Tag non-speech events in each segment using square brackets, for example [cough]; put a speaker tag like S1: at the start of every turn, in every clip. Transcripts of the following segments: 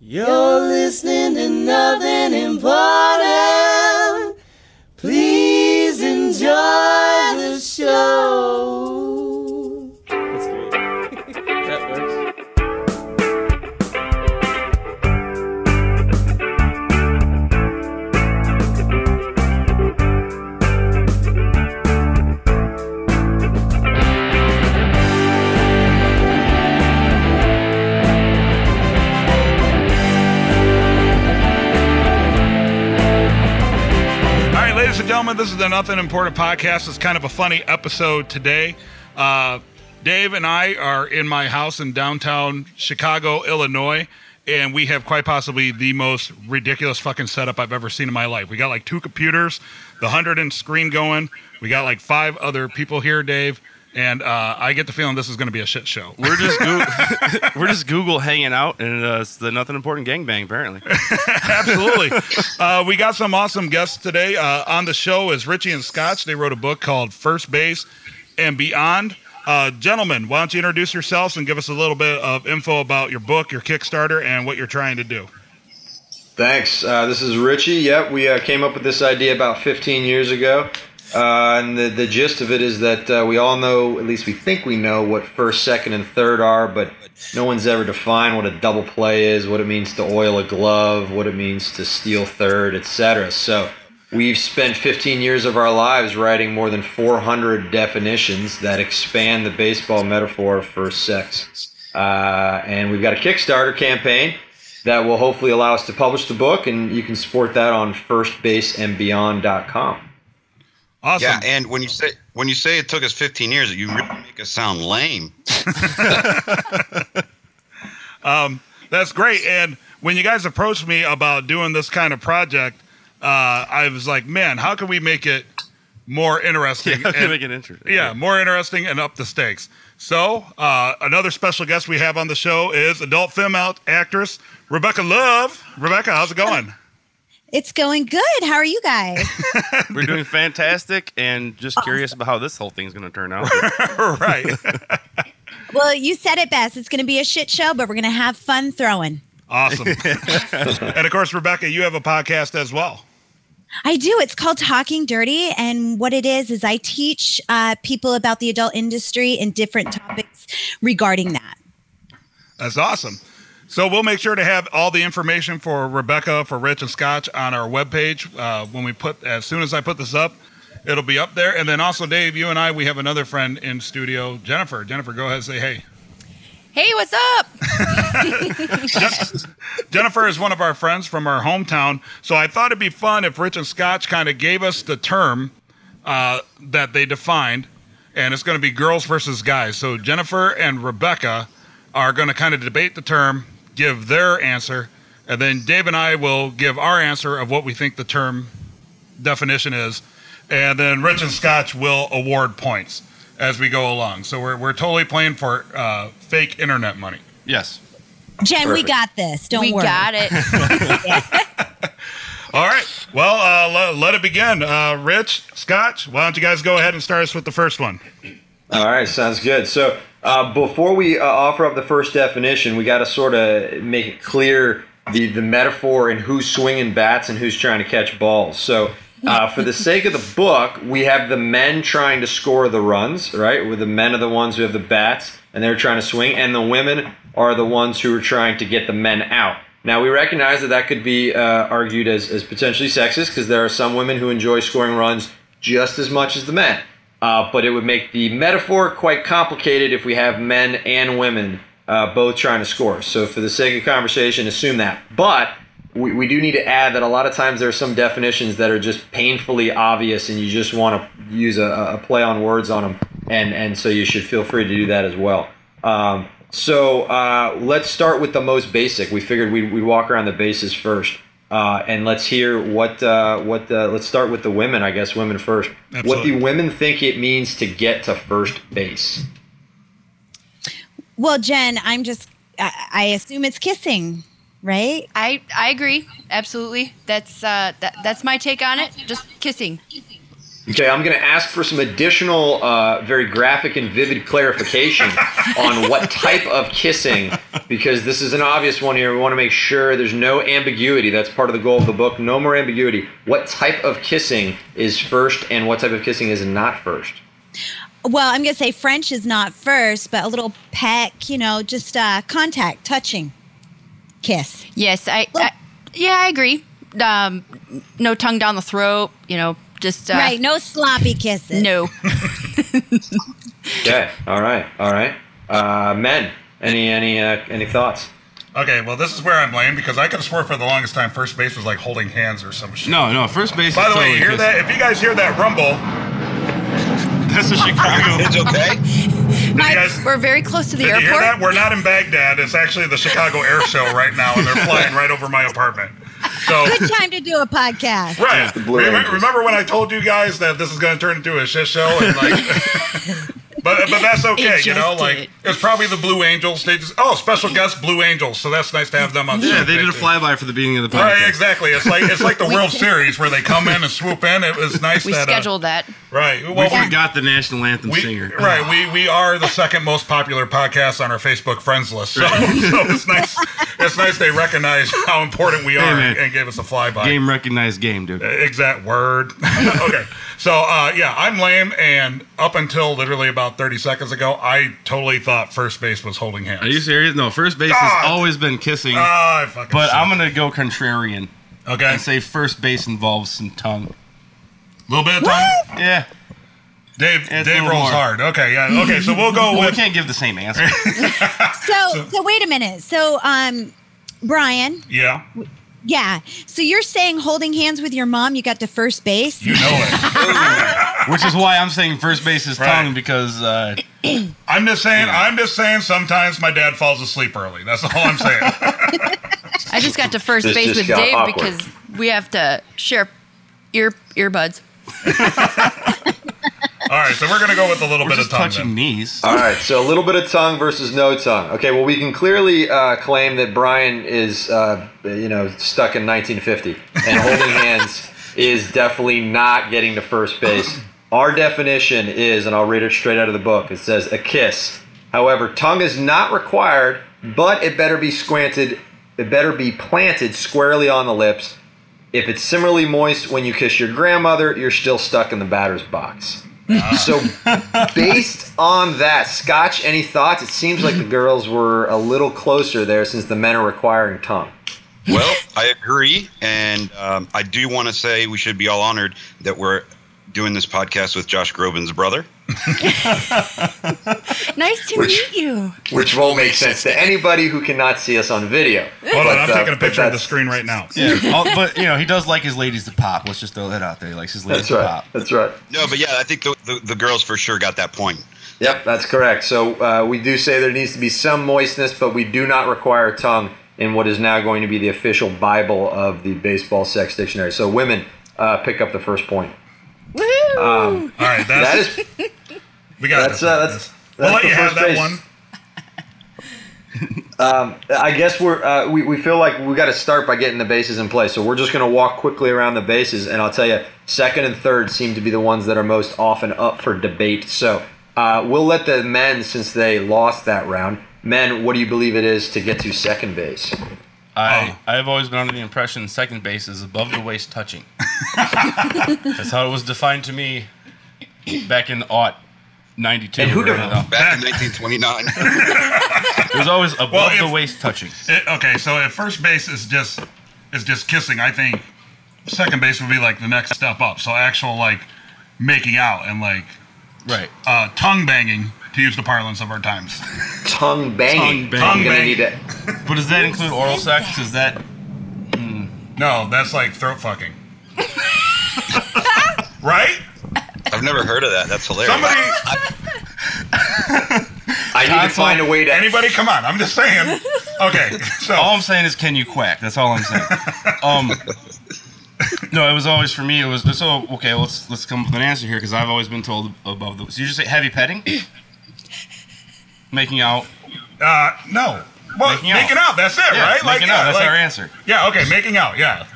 S1: You're listening to nothing important. Please enjoy the show. That's great. [laughs] that works.
S2: All right, ladies and gentlemen, this is the Nothing Important podcast. It's kind of a funny episode today. Uh, Dave and I are in my house in downtown Chicago, Illinois, and we have quite possibly the most ridiculous fucking setup I've ever seen in my life. We got like two computers, the 100 inch screen going. We got like five other people here, Dave, and uh, I get the feeling this is going to be a shit show.
S3: We're just Google, [laughs] we're just Google hanging out, and uh, it's the nothing important gangbang apparently.
S2: [laughs] Absolutely. uh, we got some awesome guests today uh, on the show. Is Richie and Scotch? They wrote a book called First Base and Beyond. Uh, gentlemen, why don't you introduce yourselves and give us a little bit of info about your book, your Kickstarter, and what you're trying to do?
S4: Thanks. Uh, this is Richie. Yep, we uh, came up with this idea about 15 years ago. Uh, and the, the gist of it is that uh, we all know, at least we think we know, what first, second, and third are, but no one's ever defined what a double play is, what it means to oil a glove, what it means to steal third, etc. So we've spent 15 years of our lives writing more than 400 definitions that expand the baseball metaphor for sex. Uh, and we've got a Kickstarter campaign that will hopefully allow us to publish the book, and you can support that on firstbaseandbeyond.com.
S2: Awesome.
S5: Yeah, and when you say when you say it took us 15 years, you really make us sound lame.
S2: That's great. And when you guys approached me about doing this kind of project, uh, I was like, man, how can we make it more interesting?
S3: Yeah, how can
S2: and-
S3: we make it interesting?
S2: Yeah, more interesting and up the stakes. So, uh, another special guest we have on the show is adult film out actress Rebecca Love. Rebecca, how's it [laughs] going?
S6: It's going good. How are you
S7: [laughs]
S6: guys?
S3: We're doing fantastic, and just curious about how this whole thing's going to
S2: [laughs]
S3: turn out.
S2: right.
S6: well, you said it best. It's going to be a shit show, but we're going to have fun throwing.
S2: [laughs] Awesome. and of course, Rebecca, you have a podcast as well.
S6: I do. It's called Talking Dirty. And what it is, is I teach uh, people about the adult industry and different topics regarding that.
S2: That's awesome. So we'll make sure to have all the information for Rebecca, for Rich and Scotch on our webpage uh, when we put as soon as I put this up, it'll be up there. And then also, Dave, you and I, we have another friend in studio, Jennifer. Jennifer, go ahead and say hey.
S7: Hey, what's up?
S2: [laughs]
S7: [laughs]
S2: Jennifer is one of our friends from our hometown, so I thought it'd be fun if Rich and Scotch kind of gave us the term uh, that they defined, and it's going to be girls versus guys. So Jennifer and Rebecca are going to kind of debate the term, give their answer, and then Dave and I will give our answer of what we think the term definition is, and then Rich and Scotch will award points as we go along. So we're, we're totally playing for uh, fake internet money.
S3: yes.
S6: Jen, we got this. Don't
S7: we
S6: worry.
S7: got it.
S2: All right. Well, uh, let, let it begin. Uh, Rich, Scotch, why don't you guys go ahead and start us with the first one?
S4: All right, sounds good. So uh, before we uh, offer up the first definition, we got to sort of make it clear the, the metaphor and who's swinging bats and who's trying to catch balls. So uh, for the sake of the book, we have the men trying to score the runs, right? Where the men are the ones who have the bats and they're trying to swing, and the women are the ones who are trying to get the men out. Now we recognize that that could be uh, argued as, as potentially sexist because there are some women who enjoy scoring runs just as much as the men. Uh, but it would make the metaphor quite complicated if we have men and women uh, both trying to score. So, for the sake of conversation, assume that. But we, we do need to add that a lot of times there are some definitions that are just painfully obvious, and you just want to use a, a play on words on them. And, and so, you should feel free to do that as well. Um, so, uh, let's start with the most basic. We figured we'd, we'd walk around the bases first. Uh, and let's hear what uh, what uh, let's start with the women, I guess women first. What
S2: Absolutely.
S4: the women think it means to get to first base.
S6: [laughs] Well, Jen, I'm just, I, I assume it's kissing, right?
S7: I I agree. Absolutely. That's uh that, that's my take on it. Just kissing.
S4: Okay, I'm going to ask for some additional, uh, very graphic and vivid clarification on what type of kissing, because this is an obvious one here. We want to make sure there's no ambiguity. That's part of the goal of the book. No more ambiguity. What type of kissing is first, and what type of kissing is not first?
S6: Well, I'm going to say French is not first, but a little peck, you know, just uh, contact, touching, kiss.
S7: Yes, I,
S6: Look.
S7: I- yeah, I agree. Um, no tongue down the throat, you know, just uh,
S6: right. No sloppy kisses.
S2: [laughs]
S7: No,
S4: Okay. All right. All right. Uh, men, any any uh, any thoughts?
S2: Okay, well, this is where I'm lame because I could have swore for the longest time first base was like holding hands or some shit.
S3: No, no. First base.
S2: By
S3: is
S2: the way,
S3: totally
S2: you hear
S3: kissing.
S2: that? If you guys hear that rumble,
S3: That's
S2: [laughs]
S3: a Chicago.
S5: It's okay.
S7: My-
S2: guys-
S7: we're very close to the
S2: did you hear that?
S7: airport.
S2: We're not in Baghdad. It's actually the Chicago Air Show right now, and they're flying right over my apartment. So,
S6: Good time to do a podcast.
S2: right.
S4: Blue
S2: Remem-
S4: Angels.
S2: remember when I told you guys that this is going to turn into a shit show? And
S7: [laughs]
S2: like, but but that's okay.
S7: It
S2: You know,
S7: just did.
S2: like it's probably the Blue Angels. They just oh, special guest Blue Angels. So that's nice to have them on. the
S3: Yeah,
S2: show.
S3: they did a
S2: Thank you.
S3: flyby for the beginning of the podcast.
S2: Right, exactly. It's like it's like the World Series where they come in and swoop in. It was nice
S7: We
S2: that uh,
S7: scheduled that.
S2: right.
S3: We
S2: Well, we-
S3: forgot the national anthem
S2: we,
S3: singer.
S2: Right. We we are the second most popular podcast on our Facebook friends list. So, [laughs] so it's nice. It's nice they recognize how important we are
S3: man.
S2: and gave us a flyby.
S3: Game recognized game, dude.
S2: Exact word. [laughs] okay. So uh, yeah, I'm lame, and up until literally about 30 seconds ago, I totally thought first base was holding hands.
S3: Are you serious? No, first base
S2: God.
S3: has always been kissing.
S2: Ah, I fucking
S3: but
S2: suck.
S3: I'm gonna go contrarian
S2: okay.
S3: and say first base involves some tongue.
S2: little bit of time.
S3: Yeah.
S2: Dave,
S3: a
S2: Dave
S3: little
S2: rolls
S3: more.
S2: hard. Okay, yeah. Okay, so we'll go
S3: Well, [laughs] we
S2: with.
S3: can't give the same answer.
S6: So, so wait a minute. So, um, Brian,
S2: Yeah,
S6: yeah. So you're saying holding hands with your mom, you got to first base.
S2: you know
S3: [laughs]
S2: it.
S3: Which is why I'm saying first base is
S2: Right.
S3: tongue because uh,
S2: I'm just saying. I'm just saying. Sometimes my dad falls asleep early. That's all I'm saying.
S7: I
S2: [laughs]
S7: just got to first
S4: This
S7: base
S4: just
S7: with
S4: got
S7: Dave
S4: awkward.
S7: because we have to share ear earbuds.
S2: all right, so we're gonna go with a little
S3: we're
S2: bit
S3: just
S2: of tongue.
S3: touching
S2: then.
S3: knees.
S4: All right, so a little bit of tongue versus no tongue. Okay, well, we can clearly uh, claim that Brian is, uh, you know, stuck in 1950, and holding hands is definitely not getting to first base. Our definition is, and I'll read it straight out of the book. It says a kiss. However, tongue is not required, but it better be squanted. It better be planted squarely on the lips. If it's similarly moist when you kiss your grandmother, you're still stuck in the batter's box. So, based on that, Scotch, any thoughts? It seems like the girls were a little closer there since the men are requiring tongue.
S5: Well, I agree, and um, I do want to say we should be all honored that we're doing this podcast with Josh Groban's brother.
S7: Nice to
S4: Which-
S7: meet you.
S4: Which won't make sense to anybody who cannot see us on video.
S2: Hold on,
S4: But,
S2: I'm
S4: uh,
S2: taking a
S4: but
S2: picture of the
S4: that's-
S2: screen right now.
S3: Yeah. Oh, but you know he does like his ladies to pop. Let's just throw that out there. He likes his ladies
S4: That's right.
S3: to pop.
S4: That's right.
S5: No, but yeah, I think the, the, the girls for sure got that point.
S4: Yep, that's correct. So uh, we do say there needs to be some moistness, but we do not require tongue in what is now going to be the official Bible of the baseball sex dictionary. So women uh, pick up the first point. Um,
S7: Woohoo!
S2: All right, that's,
S4: That is
S2: we got
S4: that's,
S2: this.
S4: uh, that's-
S2: we'll
S4: that's
S2: let
S4: the
S2: you have
S4: first
S2: that
S4: base.
S2: one.
S4: I guess we're uh, we, we feel like we got to start by getting the bases in place. So we're just going to walk quickly around the bases, and I'll tell you, second and third seem to be the ones that are most often up for debate. So uh, we'll let the men, since they lost that round, men, what do you believe it is to get to second base?
S3: I Um, I've always been under the impression second base is above the waist [laughs] touching. That's how it was defined to me back in aught '92.
S4: And who
S3: whatever
S4: def-
S3: the hell.
S5: Back in 1929.
S3: It was always above
S2: Well,
S3: the
S2: if-
S3: waist touching.
S2: It- okay, so if first base is just is just kissing, I think second base would be like the next step up. So actual like making out and like
S3: Right.
S2: uh, tongue banging, to use the parlance of our
S4: [laughs]
S2: times.
S4: Tongue banging.
S3: Tongue banging.
S4: You're gonna need to-
S3: But does that include oral sex? Is that
S2: No, that's like throat fucking. [laughs] right?
S5: I've never heard of that. That's hilarious.
S4: [laughs]
S2: Somebody,
S4: I need to find a way to.
S2: anybody, come on. I'm just saying. Okay, so
S3: all I'm saying is can you quack? That's all I'm [laughs] saying. Um No, it was always for me. It was so okay. Let's let's come up with an answer here because I've always been told above the. So you just say heavy petting, making out,
S2: uh, no. Well, making
S3: Making
S2: out.
S3: out.
S2: That's it,
S3: yeah,
S2: right?
S3: making out.
S2: yeah,
S3: That's
S2: like-
S3: our answer.
S2: Yeah. Okay, making out. Yeah.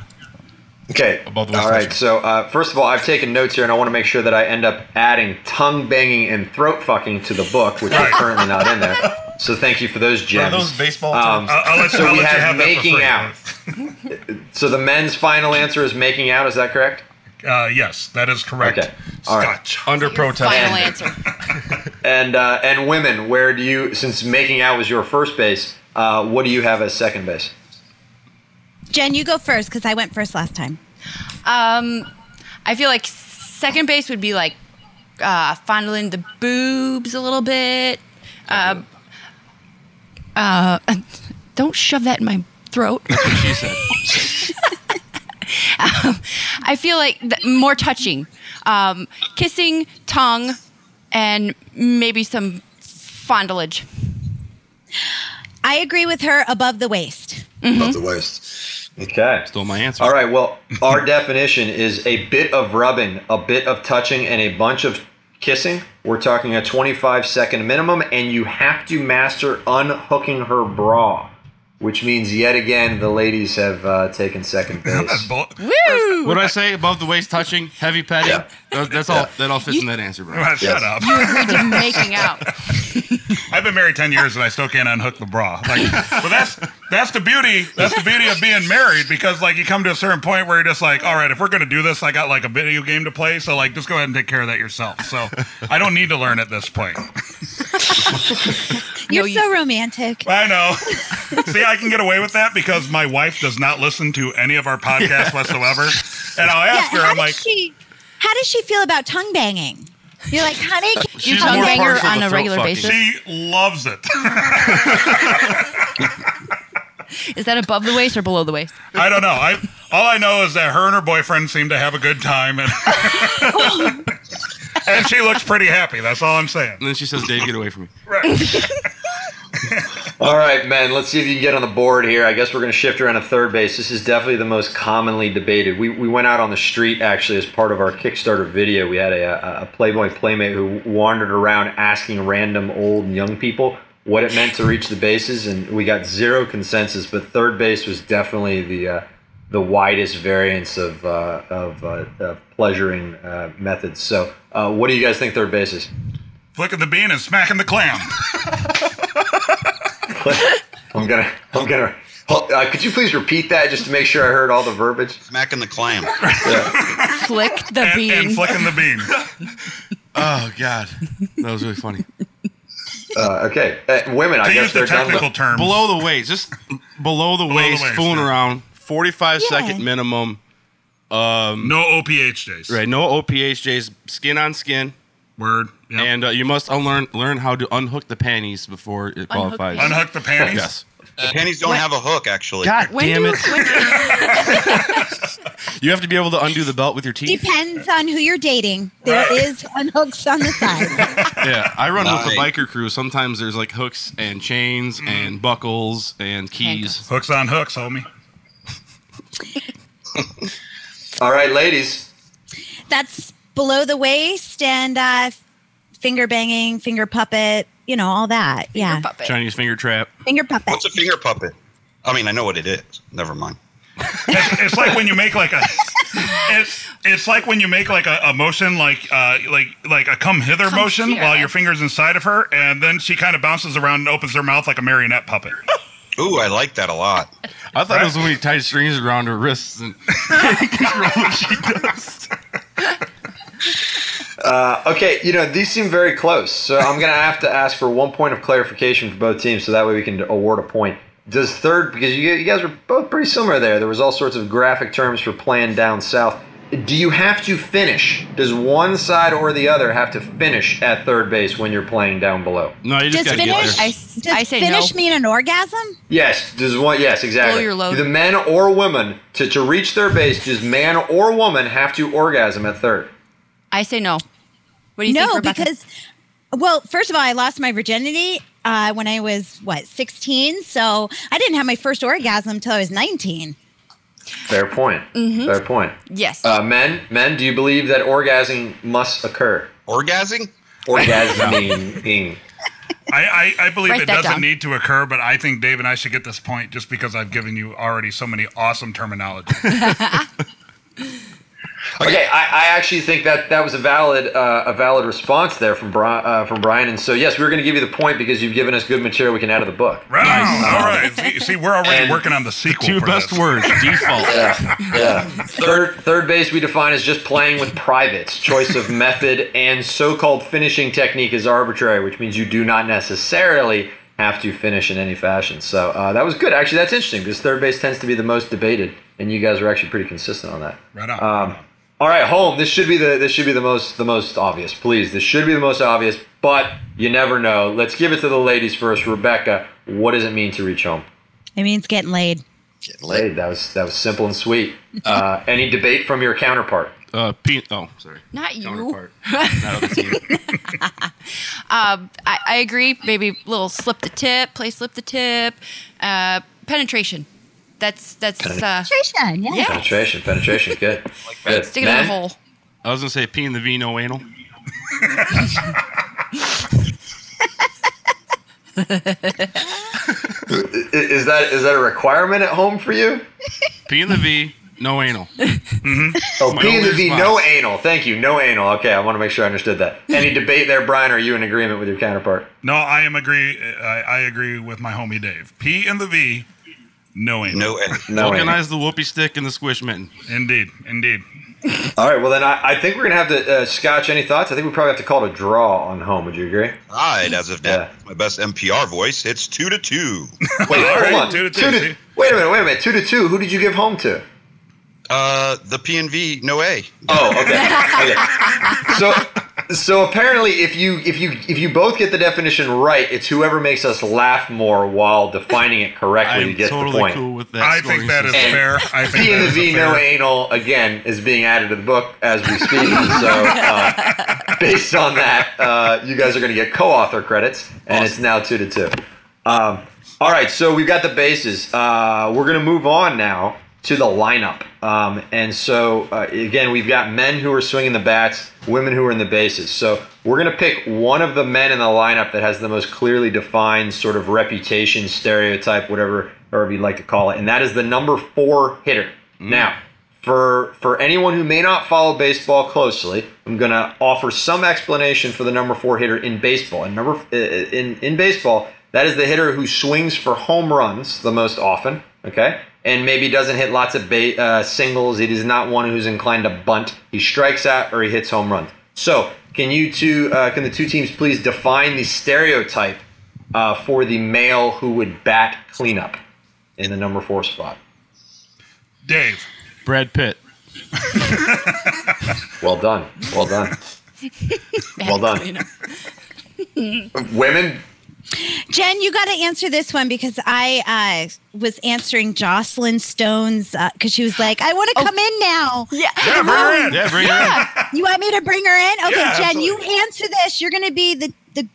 S4: Okay.
S3: About the West
S4: all right.
S3: Coast.
S4: So uh, first of all, I've taken notes here, and I want to make sure that I end up adding tongue banging and throat fucking to the book, which are currently not in there. So thank you for those
S3: Are
S4: gems.
S3: those baseball
S4: Um,
S3: terms?
S2: I'll, I'll let you,
S4: So
S2: I'll
S4: we
S2: let you
S4: have
S2: have
S4: making
S2: that
S4: out.
S2: for free.
S4: so the men's final answer is making out. Is that correct?
S2: Uh, yes, that is correct.
S4: Okay. All right.
S2: Scotch.
S3: Under protest.
S7: Final answer.
S4: And uh, and women, where do you? Since making out was your first base, uh, what do you have as second base?
S6: Jen, you go first because I went first last time.
S7: Um, I feel like second base would be like uh, fondling the boobs a little bit. Uh, uh, don't shove that in my throat.
S3: She said.
S7: [laughs] Um, I feel like th- more touching, um, kissing, tongue, and maybe some fondlage.
S6: I agree with her above the waist.
S8: Above the waist.
S4: Okay.
S3: Stole my answer.
S4: All right. Well, our [laughs] definition is a bit of rubbing, a bit of touching, and a bunch of kissing. We're talking a 25 second minimum, and you have to master unhooking her bra, which means yet again the ladies have uh, taken second
S2: [laughs]
S4: base.
S2: Bo-
S3: What did I say? Above the waist touching, heavy petting.
S8: Yeah.
S3: That- That's all. That all fits in that answer, bro.
S2: Shut up.
S7: Just making out.
S2: I've been married ten years and I still can't unhook the bra. Like, but that's that's the beauty. That's the beauty of being married because like you come to a certain point where you're just like, all right, if we're gonna do this, I got like a video game to play, so like just go ahead and take care of that yourself. So I don't need to learn at this point.
S6: You're
S7: you-
S6: so romantic.
S2: I know. [laughs] See, I can get away with that because my wife does not listen to any of our podcasts whatsoever. And I'll
S6: Yeah,
S2: ask her,
S6: how
S2: I'm
S6: does
S2: like,
S6: she? How does she feel about tongue banging? You're like, honey, can
S3: She's
S6: you
S7: tongue
S6: tongue
S3: more
S7: bang her
S6: banger?
S3: partial
S7: on
S3: to
S7: a
S3: throat
S7: regular
S3: fucking.
S7: basis?
S2: she loves it.
S7: Is that above the waist or below the waist?
S2: I don't know. I all I know is that her and her boyfriend seem to have a good time, and and she looks pretty happy. That's all I'm saying.
S3: And then she says, "Dave, get away from me."
S4: All right, men. Let's see if you can get on the board here. I guess we're going to shift around to third base. This is definitely the most commonly debated. We, we went out on the street actually as part of our Kickstarter video. We had a, a- a Playboy playmate who wandered around asking random old and young people what it meant to reach the bases, and we got zero consensus. But third base was definitely the uh, the widest variance of uh, of, uh, of pleasuring uh, methods. So, uh, what do you guys think third base is?
S2: Flicking the bean and smacking the clam.
S4: I'm gonna, I'm gonna. hold- Uh, could you please repeat that just to make sure I heard all the verbiage?
S5: Smacking the clam.
S7: Flick the
S2: And,
S7: bean.
S2: and flicking the bean.
S3: Oh God, that was really funny.
S4: Uh, okay, uh, women. I
S2: To
S4: guess
S2: use the
S4: they're done.
S2: technical
S4: With,
S2: term.
S3: Below the waist, just below the, waist,
S2: waist,
S3: fooling
S2: yeah.
S3: around. Forty-five
S6: Yeah.
S3: second minimum.
S2: no OPH days.
S3: Right, no OPHJs, skin on skin,
S2: Word. Yep.
S3: and uh, you must unlearn learn how to unhook the panties before it qualifies.
S7: panties.
S2: unhook the panties.
S3: Yes.
S5: The panties don't have a hook, actually.
S3: God
S7: When
S3: damn
S7: do-
S3: it!
S7: when do-
S3: You have to be able to undo the belt with your teeth.
S6: Depends on who you're dating. There is unhooks on the side.
S3: Yeah, I run with the
S5: Nice.
S3: biker crew. Sometimes there's like hooks and chains and buckles and keys.
S2: Hooks on hooks, homie.
S4: all right, ladies.
S6: That's below the waist and uh, finger banging, finger puppet, you know, all that. yeah.
S7: puppet.
S3: Chinese finger trap.
S6: Finger puppet.
S5: What's a finger puppet? I mean, I know what it is. Never mind.
S2: It's, it's like when you make like a. It's it's like when you make like a, a motion like uh like like a come hither
S7: Come
S2: motion
S7: here.
S2: while your fingers inside of her and then she kind of bounces around and opens her mouth like a marionette puppet.
S5: Ooh, I like that a lot.
S3: I thought it was when we tied strings around her wrists and [laughs] control what she does.
S4: Uh, okay, you know these seem very close, so I'm gonna have to ask for one point of clarification for both teams, so that way we can award a point. Does third because you, you guys were both pretty similar there. There was all sorts of graphic terms for playing down south. Do you have to finish? Does one side or the other have to finish at third base when you're playing down below?
S3: No, you just
S6: Does
S3: gotta get
S6: finish,
S3: there.
S7: I-
S6: does
S7: I say
S6: finish
S7: no.
S6: mean an orgasm?
S4: Yes, does one? Yes, exactly.
S7: Blow your load.
S4: The men or women to, to reach their base, does man or woman have to orgasm at third?
S7: I say no. What do you think?
S6: no,
S7: Rebecca?
S6: because, well, first of all, I lost my virginity uh, when I was, what, 16? So I didn't have my first orgasm until I was 19.
S4: Fair point.
S7: Mm-hmm.
S4: Fair point.
S7: yes,
S4: Uh, men, men, do you believe that orgasm must occur?
S5: Orgasming?
S4: Orgasming.
S2: I, I, I believe
S7: Write
S2: it
S7: that
S2: doesn't
S7: down.
S2: need to occur, but I think Dave and I should get this point just because I've given you already so many awesome terminology.
S4: Okay, I, I actually think that that was a valid uh, a valid response there from Brian, uh, from Brian, and so yes, we were going to give you the point because you've given us good material we can add to the book.
S2: Right. All right. See, see, we're already
S4: And
S2: working on the sequel.
S9: Two
S2: for
S9: best
S2: this.
S9: words, default.
S3: [laughs]
S4: Yeah, yeah. Third, third base we define as just playing with privates. Choice of method and so-called finishing technique is arbitrary, which means you do not necessarily have to finish in any fashion. So uh, that was good. Actually, that's interesting because third base tends to be the most debated, and you guys are actually pretty consistent on that.
S2: Right on.
S4: Um, all right, home. This should be the this should be the most the most obvious. Please, this should be the most obvious. But you never know. Let's give it to the ladies first. Rebecca, what does it mean to reach home?
S6: It means getting laid.
S8: Getting
S4: Hey,
S8: late.
S4: that was that was simple and sweet. Uh, any debate from your counterpart?
S3: Uh, pe- oh, sorry.
S7: Not you.
S3: Counterpart. Not of the team.
S7: Um, I, I agree. Maybe a little slip the tip, play slip the tip, uh, penetration. That's that's uh,
S6: Trisha, yeah.
S7: yeah.
S4: Penetration, penetration, good. good.
S7: Stick it in the
S4: Men?
S7: hole.
S3: I was gonna say pee in the V, no anal.
S4: I- Is that is that a requirement at home for you?
S3: Pee in the V, no anal.
S4: Oh,
S3: My
S4: B to
S3: only
S4: V,
S3: response.
S4: no anal. Thank you, no anal. Okay, I want to make sure I understood that. Any debate there, Brian? Are you in agreement with your counterpart?
S2: No, I am agree. I, I agree with my homie Dave. P and the V, no aim.
S5: No, eh,
S4: No anal.
S3: Organize the whoopee stick and the squish mitten.
S2: Indeed, indeed.
S4: All right. Well, then I, I think we're gonna have to uh, scotch any thoughts. I think we probably have to call it a draw on home. Would you agree?
S5: tied as of now.
S4: Yeah.
S5: My best NPR voice. It's two
S4: [laughs]
S5: to two.
S4: Wait,
S2: All
S4: hold
S2: right,
S4: on.
S2: two to two, see?
S4: wait a minute. Wait a minute. Two to two. Who did you give home to?
S5: Uh, the PNV, no A.
S4: Oh, okay. okay. So, so apparently, if you if you if you both get the definition right, it's whoever makes us laugh more while defining it correctly
S3: I'm
S4: gets the
S3: totally
S4: point.
S3: cool with that.
S2: I think
S3: scoring
S2: that is
S3: system.
S4: And
S2: fair. I think
S4: [laughs] P
S2: that
S4: and the
S2: is a
S4: V
S2: fair.
S4: no anal again is being added to the book as we speak. And so, uh, based on that, uh, you guys are going to get co-author credits, and it's now two to two. Um, all right, so we've got the bases. Uh, we're going to move on now to the lineup. Um, and so, uh, again, we've got men who are swinging the bats, women who are in the bases. So we're going to pick one of the men in the lineup that has the most clearly defined sort of reputation, stereotype, whatever, whatever you'd like to call it, and that is the number four hitter. Now, for for anyone who may not follow baseball closely, I'm going to offer some explanation for the number four hitter in baseball. And number uh, in in baseball, that is the hitter who swings for home runs the most often. Okay, and maybe doesn't hit lots of ba- uh, singles. It is not one who's inclined to bunt. He strikes out or he hits home runs. So, can you two, uh, can the two teams please define the stereotype uh, for the male who would bat cleanup in the number four spot?
S2: Dave,
S3: Brad Pitt.
S4: Well done. Well done. well done. Women,
S6: Jen, you got to answer this one because I uh, was answering Jocelyn Stone's because she was like, I want to come in now.
S7: [laughs] [laughs] Yeah.
S2: yeah, bring her in.
S3: Yeah, bring her in.
S6: You want me to bring her in? Okay,
S2: Yeah,
S6: Jen,
S2: absolutely.
S6: you answer this. You're going to be the, the,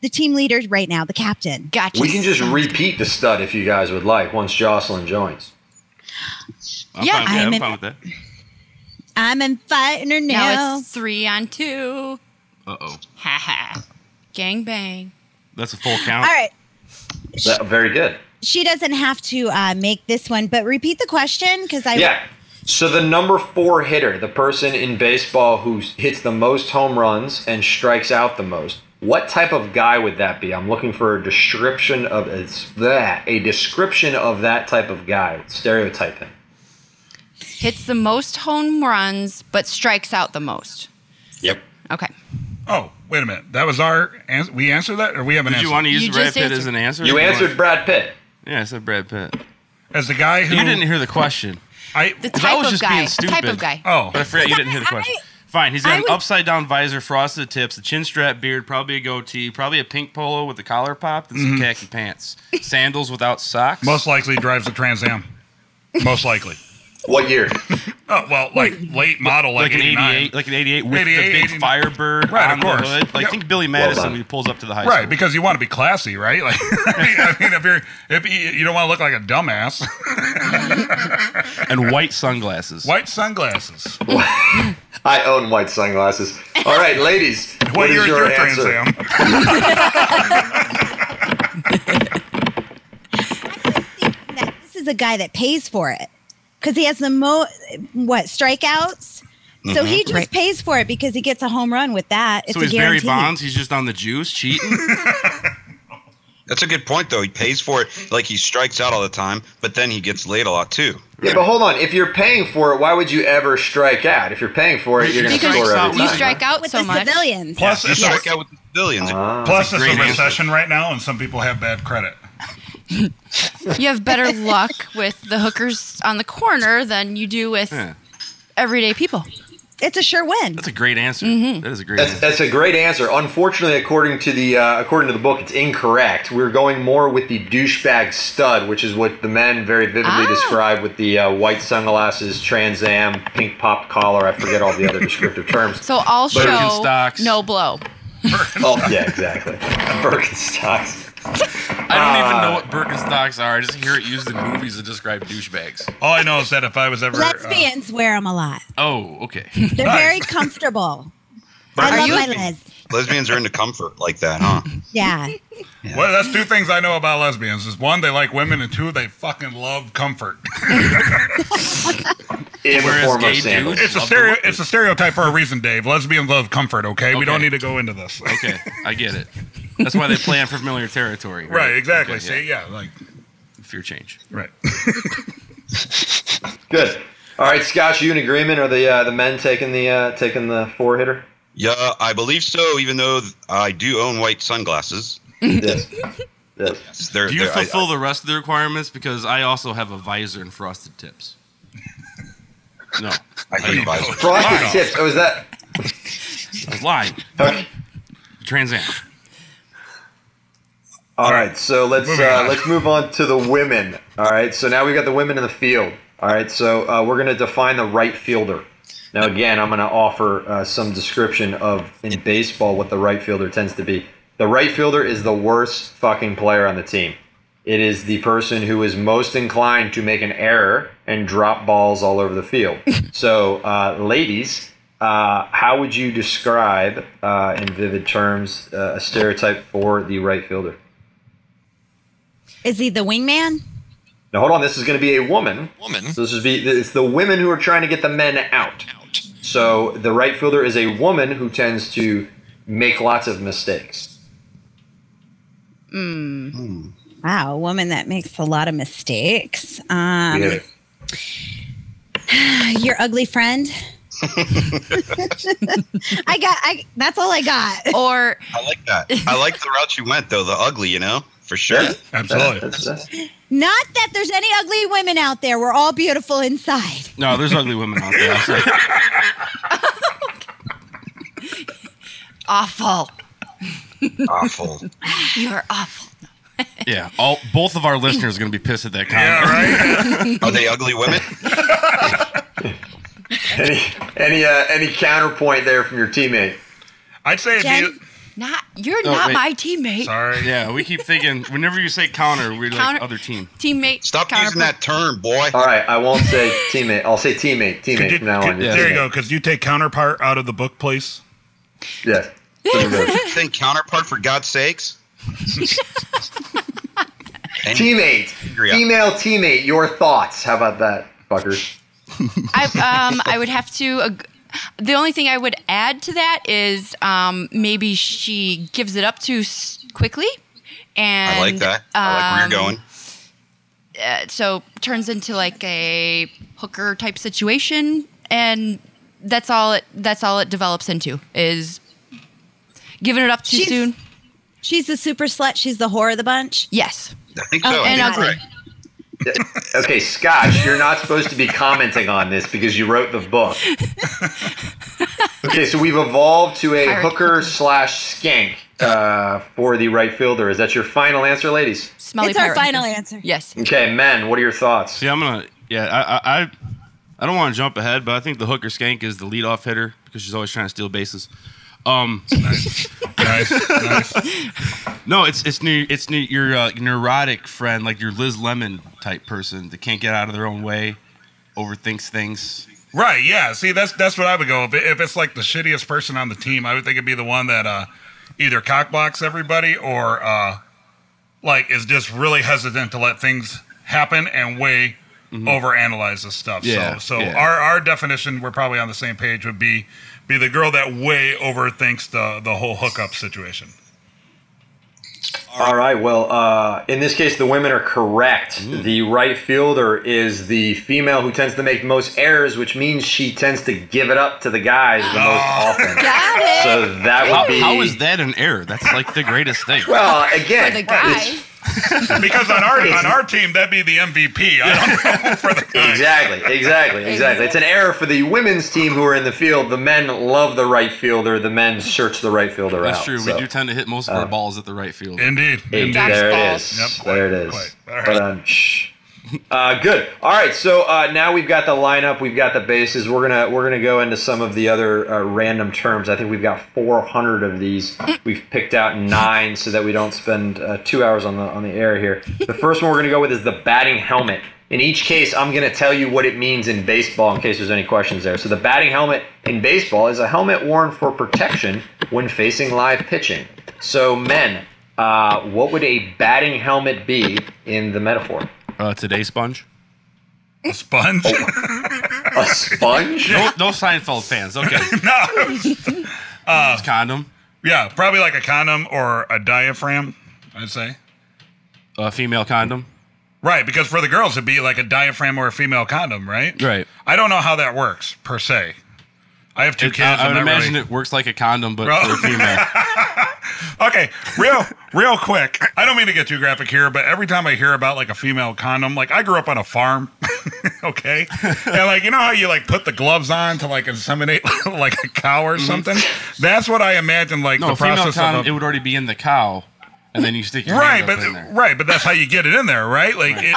S6: the team leader right now, the captain.
S7: Gotcha.
S4: we can just repeat the stud if you guys would like once Jocelyn joins.
S3: I'm
S7: Yeah,
S3: fine, with that. I'm
S6: I'm an-
S3: fine with that.
S6: I'm inviting her
S7: now
S6: now.
S7: it's three on two.
S3: Uh oh,
S7: Ha ha. Gang bang.
S3: that's a full count.
S6: All right.
S4: That, very good.
S6: She doesn't have to uh, make this one, but repeat the question because I.
S4: Yeah. So the number four hitter, the person in baseball who hits the most home runs and strikes out the most, what type of guy would that be? I'm looking for a description of it's that a description of that type of guy. Stereotyping.
S7: Hits the most home runs, but strikes out the most.
S8: Yep.
S7: Okay.
S2: Oh, wait a minute. That was our answer. We answered that, or we have an
S3: Did
S2: answer
S3: you want to use
S7: You
S3: Brad
S7: just
S3: Pitt
S7: answered.
S3: as an answer?
S4: You
S3: Or wanna-
S4: answered Brad Pitt.
S3: Yeah, I said Brad Pitt.
S2: as the guy who
S3: You didn't hear the question.
S2: I
S7: The
S3: I
S7: type
S3: was
S7: of
S3: just
S7: guy.
S3: being
S7: Type of
S3: stupid.
S7: guy.
S2: oh
S3: But I forgot you didn't hear the question. Fine. He's got
S6: I
S3: an
S6: would-
S3: upside down visor, frosted tips, a chin strap beard, probably a goatee, probably a pink polo with the collar popped, and some khaki pants. Sandals without socks.
S2: Mm-hmm. most likely drives a Trans Am. Most likely.
S4: What year?
S2: Oh well, like late model, like,
S3: like an
S2: 89.
S3: eighty-eight, like an eighty-eight with
S2: 88,
S3: the
S2: 89.
S3: big Firebird
S2: Right, of
S3: on the
S2: course.
S3: hood. Like
S2: Yeah.
S3: think Billy Madison
S4: done.
S3: when he pulls up to the high school.
S2: Right, because you want to be classy, right? Like, [laughs] I mean, if you're, if you, you don't want to look like a dumbass,
S3: and white sunglasses.
S2: white sunglasses. What,
S4: I own white sunglasses. All right, ladies. what
S2: year
S4: is
S2: is
S4: your
S2: your Trans
S4: answer?
S2: Am?
S6: that this is a guy that pays for it because he has the mo what strikeouts So he just pays for it because he gets a home run with that. It's
S3: so
S6: a
S3: he's Barry
S6: guarantee.
S3: Bonds. He's just on the juice, cheating.
S5: That's a good point, though. He pays for it like he strikes out all the time, but then he gets laid a lot too.
S4: Yeah, but hold on. If you're paying for it, why would you ever strike out? If you're paying for it, you're going to
S7: Because
S4: score every
S3: you
S4: time.
S7: strike out
S6: with
S7: so
S6: the
S7: much.
S6: civilians.
S2: Plus,
S5: You
S2: it's a,
S5: strike out with the civilians.
S4: Ah.
S2: plus it's a
S3: great answer.
S2: recession right now, and some people have bad credit.
S7: You have better luck with the hookers on the corner than you do with
S3: Yeah.
S7: everyday people.
S6: It's a sure win.
S3: That's a great answer.
S6: Mm-hmm.
S3: That is a great
S4: That's,
S3: answer.
S4: that's a great answer. Unfortunately, according to the uh, according to the book, it's incorrect. We're going more with the douchebag stud, which is what the men very vividly
S7: Ah.
S4: describe with the uh, white sunglasses, Trans Am, pink pop collar. I forget all the other descriptive terms.
S7: [laughs] So all show,
S3: Birkenstocks.
S7: no blow.
S4: Oh yeah, exactly. Birkenstocks.
S3: I don't even know what Birkenstocks are. I just hear it used in movies to describe douchebags.
S2: All I know is that if I was ever uh,
S6: Lesbians wear them a lot.
S3: Oh, okay.
S6: They're very comfortable. I love my les.
S5: Lesbians are into comfort like
S4: [laughs]
S5: that, huh?
S6: [laughs] Yeah.
S2: Well, that's two things I know about lesbians: is one, they like women, and two, they fucking love comfort. [laughs]
S4: In the
S3: Whereas
S4: form of
S3: gay
S4: sandals.
S3: dudes-
S2: It's a
S3: Love
S2: stereo.
S3: the-
S2: It's a stereotype for a reason, Dave. Lesbians love comfort. Okay, we don't
S3: Okay.
S2: need to go into this.
S3: [laughs] Okay, I get it. That's why they play on familiar territory.
S2: [laughs] right, exactly.
S3: Okay,
S2: See, yeah, like
S3: yeah. Fear change.
S2: right. [laughs]
S4: Good. All right, Scott, you in agreement? Are the uh, the men taking the uh, taking the four
S7: [laughs]
S4: hitter?
S5: Yeah, I believe so. Even though I do own white sunglasses,
S4: Yes. Yes.
S5: they're,
S3: Do you
S5: they're- I-
S3: fulfill the rest of the requirements? Because I also have a visor and frosted tips. No,
S5: I, I hate advisors.
S4: Frosted tips. Oh, is that?
S3: I was lying.
S4: Okay.
S3: Trans Am.
S4: All right, so let's
S2: Moving
S4: uh,
S2: on.
S4: let's move on to the women. All right, so now we've got the women in the field. All right, so uh, we're going to define the right fielder. Now, again, I'm going to offer uh, some description of in baseball what the right fielder tends to be. The right fielder is the worst fucking player on the team. It is the person who is most inclined to make an error and drop balls all over the field. so, uh, ladies, uh, how would you describe, uh, in vivid terms, uh, a stereotype for the right fielder?
S6: Is he the wingman?
S4: Now hold on, this is going to be a woman.
S8: Woman
S4: So this is be it's the women who are trying to get the men out.
S8: out.
S4: So the right fielder is a woman who tends to make lots of mistakes.
S6: Wow, a woman that makes a lot of mistakes. Um,
S4: Yeah.
S6: Your
S2: [laughs]
S6: ugly friend. I got. I. That's all I got.
S7: Or
S5: I like that. I like the route you went, though. The ugly, you know, for sure.
S4: [laughs]
S2: Absolutely.
S4: That's- that's-
S6: Not that there's any ugly women out there. We're all beautiful inside.
S3: No, there's ugly women out there. I'm sorry.
S7: awful.
S5: Awful.
S7: You're awful.
S3: Yeah, all both of our listeners are going to be pissed at that comment.
S2: Yeah,
S4: [laughs]
S2: right.
S5: Are they ugly women?
S4: any any uh, any counterpoint there from your teammate?
S2: I'd say if
S7: Jen,
S2: you.
S7: not you're
S3: Oh,
S7: not
S3: wait.
S7: my teammate.
S2: Sorry.
S3: Yeah, we keep thinking whenever you say counter, we're like
S7: Counter-
S3: other team.
S7: Teammate.
S5: Stop using
S7: counterpart.
S5: that term, boy.
S4: All right, I won't say teammate. I'll say teammate.
S2: Could
S4: Teammate
S2: you-
S4: from now on.
S2: could-
S4: just
S2: There you
S4: teammate.
S2: go. Because you take counterpart out of the book, please.
S4: Yes. Teammate.
S5: Think counterpart for God's sakes.
S7: [laughs]
S5: And-
S4: teammate.
S5: Yeah.
S4: Female teammate. Your thoughts? How about that, fuckers?
S7: I, um, I would have to. Ag- the only thing I would add to that is um, maybe she gives it up too s- quickly, and
S5: I like that. I like where you're
S7: um,
S5: going.
S7: uh, so turns into like a hooker type situation, and that's all it. That's all it develops into is giving it up too
S6: She's-
S7: soon.
S6: She's the super slut. She's the whore of the bunch.
S7: Yes,
S5: I think so.
S7: Oh,
S5: I
S7: and
S5: think
S7: ugly.
S5: you're right.
S4: Okay, Scotch, you're not supposed to be commenting on this because you wrote the
S7: [laughs]
S4: book. Okay, so we've evolved to a
S7: Pirate
S4: hooker slash skank uh, for the right fielder. Is that your final answer, ladies?
S7: smelly.
S6: it's our
S7: pirate.
S6: final answer.
S7: Yes,
S4: Okay, men, what are your thoughts?
S3: See, I'm gonna. Yeah, I, I, I, I don't want to jump ahead, but I think the hooker skank is the leadoff hitter because she's always trying to steal bases. Um,
S2: Nice. nice.
S3: [laughs] no, it's it's new. It's new. Your uh, neurotic friend, like your Liz Lemon type person that can't get out of their own way, overthinks things.
S2: Right. Yeah. See, that's that's what I would go. If, it- if it's like the shittiest person on the team, I would think it'd be the one that uh, either cockblocks everybody or uh, like is just really hesitant to let things happen and weigh overanalyze this stuff.
S3: Mm-hmm. Yeah,
S2: so so
S3: yeah.
S2: our our definition, we're probably on the same page, would be be the girl that way overthinks the the whole hookup situation.
S4: All right. Well, uh, in this case, the women are correct. The right fielder is the female who tends to make the most errors, which means she tends to give it up to the guys the most often.
S7: [laughs]
S6: Got it.
S4: So that would
S3: Oh. How,
S4: be.
S3: how is that an error? That's like the greatest thing.
S4: Well, again,
S7: For the guy.
S4: it's-
S2: Because on our on our team, that'd be the MVP. I don't know for the guy.
S4: exactly, exactly, exactly. It's an error for the women's team who are in the field. The men love the right fielder. The men search the right fielder
S3: [laughs] That's
S4: out.
S3: true.
S4: So,
S3: We do tend to hit most of our balls at the right field.
S2: Indeed.
S4: hey,
S2: Indeed.
S4: there it
S7: balls.
S4: is.
S2: Yep, quite,
S4: there it is.
S2: quite. All right.
S4: But, um, shh. Uh, good. All right. So uh, now we've got the lineup. We've got the bases. We're gonna we're gonna go into some of the other uh, random terms. I think we've got 400 of these. We've picked out nine so that we don't spend uh, two hours on the on the air here. The first one we're gonna go with is the batting helmet. In each case, I'm gonna tell you what it means in baseball in case there's any questions there. So the batting helmet in baseball is a helmet worn for protection when facing live pitching. So men, uh, what would a batting helmet be in the metaphor?
S3: Uh, today, Sponge.
S2: A sponge.
S3: Oh.
S4: A [laughs] sponge?
S3: No, no Seinfeld fans. Okay.
S2: [laughs] no.
S3: [laughs] It's condom.
S2: Yeah, probably like a condom or a diaphragm. I'd say.
S3: Uh, female condom.
S2: Right, because for the girls it'd be like a diaphragm or a female condom, right?
S3: Right.
S2: I don't know how that works per se. I have two
S3: It-
S2: kids.
S3: I, I
S2: I'm
S3: would
S2: not
S3: imagine
S2: really-
S3: it works like a condom, but
S2: Bro.
S3: for
S2: [laughs]
S3: a female.
S2: Okay,
S3: [laughs]
S2: real, real quick. I don't mean to get too graphic here, but every time I hear about like a female condom, like I grew up on a farm, [laughs] okay,
S3: [laughs]
S2: and like you know how you like put the gloves on to like inseminate [laughs] like a cow or something. That's what I imagine like
S3: Mm-hmm. No,
S2: the
S3: a female
S2: process
S3: condom.
S2: of a,
S3: it would already be in the cow, and then you stick your
S2: right,
S3: hand
S2: but
S3: up in there.
S2: right, but that's how you get it in there, right? Like
S3: [laughs]
S2: it,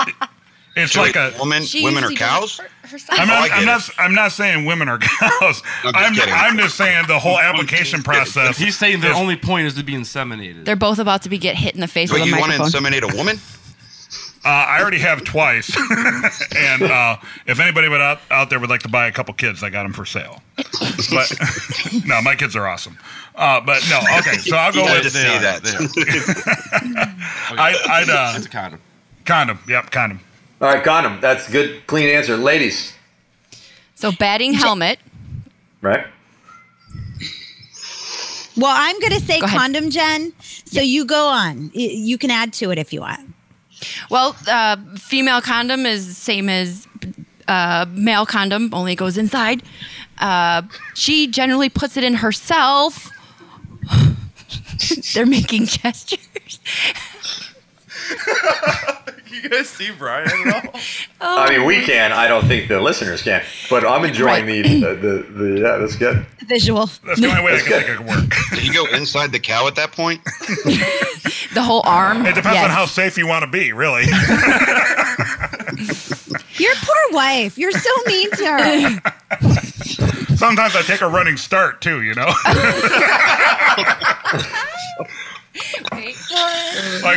S2: it's
S5: So
S2: like
S7: uh,
S5: wait,
S2: a
S5: women,
S7: She
S5: women are
S7: usually does it
S5: cows.
S7: for- herself.
S2: I'm
S5: Oh, I
S2: not,
S5: get
S2: I'm,
S5: it.
S2: not, I'm not saying women are [laughs] cows.
S5: I'm just
S2: I'm,
S5: kidding.
S2: I'm just saying the whole application process.
S3: He's saying the
S2: is-
S3: only point is to be inseminated.
S7: They're both about to be get hit in the face
S5: But
S7: with a
S5: you want to
S7: microphone.
S5: inseminate a woman?
S2: uh, I already have twice. [laughs] and uh, if anybody would out, out there would like to buy a couple kids, I got them for sale. But [laughs] no, my kids are awesome. Uh, but no, okay. So I'll
S5: [laughs]
S2: go
S5: I
S2: with
S5: just say
S3: are,
S5: that.
S3: they
S2: I, I'd uh,
S3: it's a condom.
S2: condom. Yep, condom.
S4: All right, condom. That's a good, clean answer. Ladies,
S7: so batting helmet.
S4: right?
S6: Well, I'm going to say
S7: Go ahead.
S6: condom, Jen. So you go on. Y- You can add to it if you want.
S7: Well, uh, female condom is the same as uh, male condom, only it goes inside. Uh, she generally puts it in herself. [laughs] They're making gestures.
S5: [laughs]
S3: You guys see Brian at all?
S4: I mean, we can. I don't think the listeners can, but I'm enjoying the, the, the, the, yeah, that's good.
S6: Visual.
S2: That's the only way I can think it could work.
S5: Did you go inside the cow at that point?
S7: The whole arm.
S2: It depends
S7: Yes.
S2: on how safe you want to be, really. [laughs]
S6: Your poor wife. You're so mean to her.
S7: [laughs]
S2: Sometimes I take a running start too, you know? Like,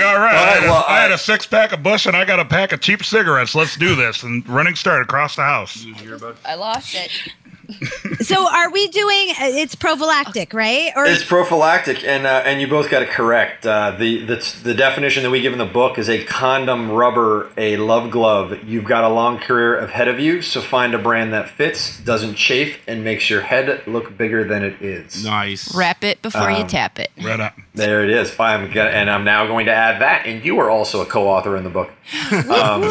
S2: all right, I,
S4: All right,
S2: had a-
S4: well,
S2: I had
S4: I-
S2: a six pack of Bush and I got a pack of cheap cigarettes. Let's do this. And running start across the house.
S7: I lost it.
S6: so are we doing? uh, It's prophylactic, right? Or
S4: It's prophylactic, and uh, and you both got it correct. Uh, the, the the definition that we give in the book is a condom, rubber, a love glove. You've got a long career ahead of you, so find a brand that fits, doesn't chafe, and makes your head look bigger than it is.
S3: Nice.
S7: Wrap it before you tap it.
S2: Right up.
S4: There it is. I'm gonna, and I'm now going to add that, and you are also a co-author in the book. Um,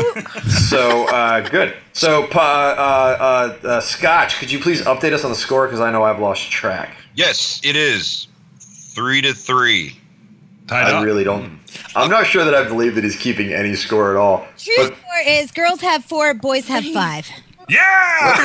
S4: so uh, good. So pa- uh, uh, uh, Scotch, could you please update us on the score? Because I know I've lost track.
S5: Yes, it is. Three to three.
S2: Tied
S4: I
S2: up.
S4: really don't. I'm not sure that I believe that he's keeping any score at all.
S6: true
S4: But
S6: score is girls have four, boys have five.
S2: yeah!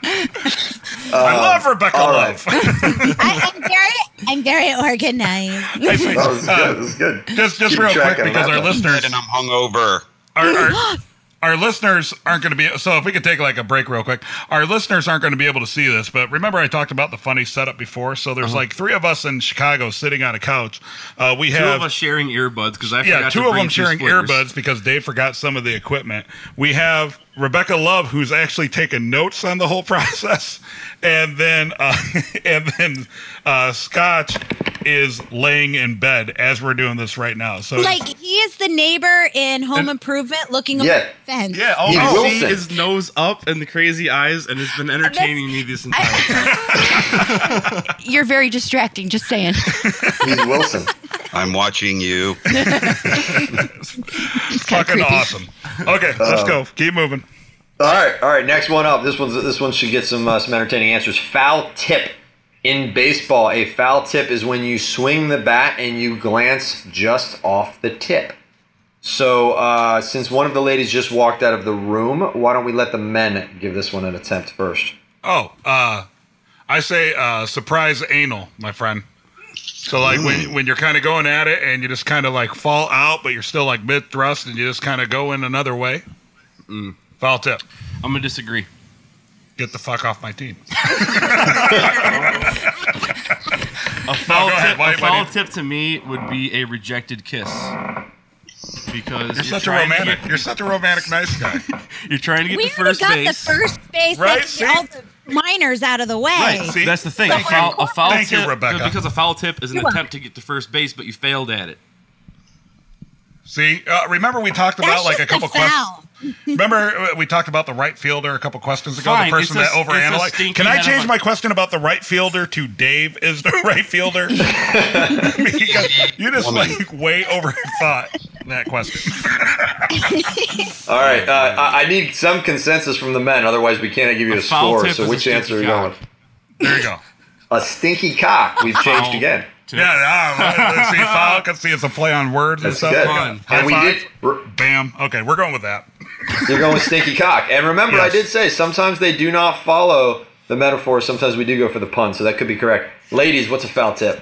S2: [laughs] I love Rebecca
S4: Uh, all
S2: Love. [laughs]
S6: I am very, I'm very organized.
S2: I think,
S4: that was
S2: uh,
S4: good. That was good.
S2: just just
S4: Keep
S2: real
S4: track
S2: quick
S4: on
S2: because
S4: that
S2: our
S4: one.
S2: listeners
S5: And I'm hungover.
S2: our, our, our listeners aren't going to be so if we could take like a break real quick our listeners aren't going to be able to see this but remember i talked about the funny setup before so
S3: Uh-huh.
S2: there's like three of us in chicago sitting on a couch uh, we
S3: Two
S2: have
S3: of us sharing earbuds because I forgot
S2: yeah, two
S3: to
S2: of
S3: bring
S2: them sharing
S3: splitters.
S2: earbuds because Dave forgot some of the equipment. We have Rebecca Love, who's actually taken notes on the whole [laughs] process, and then uh, [laughs] and then uh, Scotch is laying in bed as we're doing this right now. So
S6: Like he is the neighbor in Home Improvement looking over
S4: Yeah.
S6: the fence.
S3: Yeah, oh all
S4: Yeah,
S3: I see
S4: Wilson.
S3: is nose up and the crazy eyes, and it's been entertaining me this entire time.
S7: You're very distracting, just saying. [laughs]
S8: He's Wilson.
S5: I'm watching you.
S2: it's fucking
S7: creepy.
S2: awesome. Okay, let's go. Keep moving.
S4: All right, all right. Next one up. This one's this one should get some uh, some entertaining answers. Foul tip in baseball. A foul tip is when you swing the bat and you glance just off the tip. So uh, since one of the ladies just walked out of the room, why don't we let the men give this one an attempt first?
S2: Oh, uh, I say uh, surprise anal, my friend. So like
S3: Mm.
S2: when when you're kind of going at it and you just kind of like fall out, but you're still like mid thrust and you just kind of go in another way.
S3: Mm.
S2: Foul tip.
S3: I'm gonna disagree.
S2: Get the fuck off my team.
S3: A foul,
S2: go ahead.
S3: tip,
S2: Why- why
S3: a foul
S2: do
S3: tip to me would be a rejected kiss. Because you're,
S2: You're such a
S3: trying to
S2: romantic. You're such a romantic nice
S3: [laughs]
S2: guy.
S3: get- you're trying to get
S6: We
S3: to
S6: already
S3: first
S6: got
S3: base.
S6: the first base,
S2: Right,
S6: like,
S2: see?
S6: all the minors out of the way.
S3: Right.
S2: See?
S3: That's the thing.
S2: Thank
S3: a foul,
S2: you.
S3: a foul
S2: Thank you,
S3: tip,
S2: Rebecca.
S3: Because a foul tip is an
S6: You're welcome.
S3: attempt to get to first base, but you failed at it.
S2: See, uh, remember we talked about
S6: That's
S2: like a
S6: just
S2: couple
S6: a foul.
S2: questions. Remember uh, we talked about the right fielder a couple questions ago.
S3: Fine,
S2: the person
S3: it's a-
S2: that
S3: it's a
S2: overanalyzed.
S3: stinky
S2: Can
S3: head
S2: I
S3: of
S2: change
S3: a-
S2: my question about the right fielder to Dave is the [laughs] right
S4: [laughs]
S2: fielder? because you just
S5: Woman.
S2: like way overthought that question.
S4: All right, uh, I, I need some consensus from the men, otherwise we can't give you a,
S3: A foul
S4: score.
S3: tip
S4: So
S3: is a
S4: which
S3: stinky
S4: answer are you
S3: cock.
S4: going? with?
S2: There you go.
S4: A stinky cock. We've changed
S3: Foul.
S4: again.
S3: Tip.
S2: Yeah, yeah. Let's see,
S3: [laughs]
S2: foul. Let's see, it's a play on words
S4: That's
S2: and
S4: good.
S2: stuff.
S3: fun.
S2: High
S4: and we
S2: five.
S4: did. we're-
S2: Bam. Okay, we're going with that. [laughs]
S4: You're going with stinky cock. And remember, I
S2: Yes.
S4: did say sometimes they do not follow the metaphor. Sometimes we do go for the pun, so that could be correct. Ladies, what's a foul tip?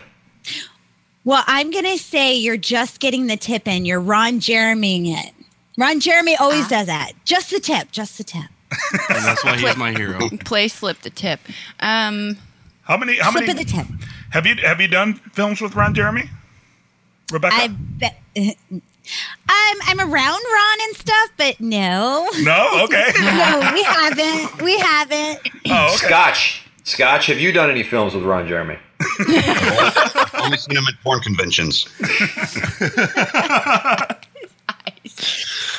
S6: Well, I'm going to say you're just getting the tip in. You're Ron Jeremying it. Ron Jeremy always does that. Just the tip, just the tip.
S3: And that's why he's my
S7: [laughs]
S3: hero.
S7: Play slip the tip. Um,
S2: How many? How
S6: Slip of the
S2: many?
S6: tip.
S2: Have you have you done films with Ron Jeremy? Rebecca.
S6: I bet. [laughs] I'm, I'm around Ron and stuff, but no. [laughs]
S2: no. Okay.
S6: No, we haven't. We haven't.
S2: Oh, okay.
S4: Scotch. Scotch, have you done any films with Ron Jeremy?
S2: [laughs]
S5: Only seen him at porn conventions.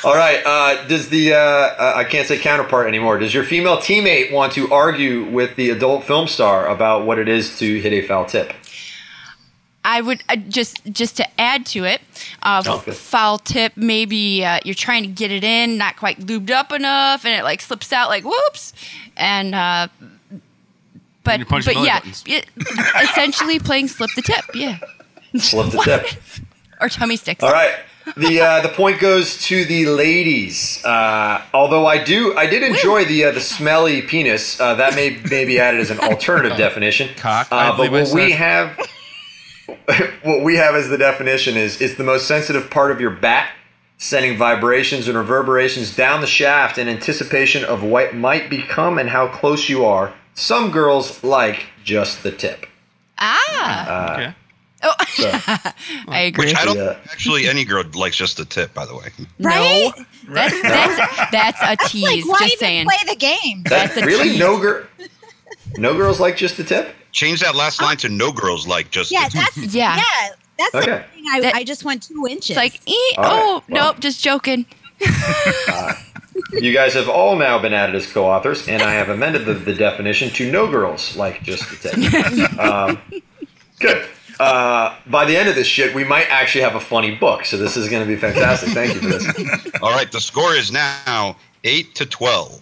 S4: All right. Uh, does the uh, uh, I can't say counterpart anymore? Does your female teammate want to argue with the adult film star about what it is to hit a foul tip?
S7: I would uh, just just to add to it, uh,
S4: Oh, good.
S7: foul tip. Maybe uh, you're trying to get it in, not quite lubed up enough, and it like slips out, like whoops, and. Uh, but,
S3: you punch
S7: but
S3: belly
S7: yeah,
S3: buttons.
S7: it, essentially playing slip the tip, yeah,
S4: Slip the tip.
S7: or tummy sticks.
S4: All right. The uh, the point goes to the ladies. Uh, although I do I did enjoy the uh, the smelly penis. Uh, that may may be added as an
S7: [laughs]
S4: alternative definition.
S3: Cock, I
S4: Uh, but
S3: believe I
S4: what we
S3: said.
S4: have what we have [laughs] as the definition is it's the most sensitive part of your bat, sending vibrations and reverberations down the shaft in anticipation of what might become and how close you are. Some girls like just the tip.
S7: Ah,
S3: okay.
S7: oh, I agree.
S5: Which I don't
S4: Yeah.
S5: actually any girl likes just the tip, by the way.
S6: Right?
S7: that's, that's, that's a
S6: Like,
S7: tease.
S6: why
S7: just
S6: even
S7: saying.
S6: play the game?
S4: That,
S7: a
S4: really
S7: tease.
S4: no girl no girls like just the tip.
S5: Change that last line to no girls like just
S6: Yeah,
S5: the tip.
S6: that's
S7: Yeah.
S6: yeah. That's
S4: Okay.
S6: the thing. I,
S7: That-
S6: I just want two inches.
S7: It's like, eh,
S4: All right,
S7: oh,
S4: well.
S7: nope, just joking.
S4: You guys have all now been added as co-authors, and I have amended the, the definition to no girls like just the tip. um, good. Uh, by the end of this shit, we might actually have a funny book, so this is going to be fantastic. Thank you for
S2: [laughs]
S4: this.
S5: All right, the score is now eight
S4: [laughs]
S5: to twelve.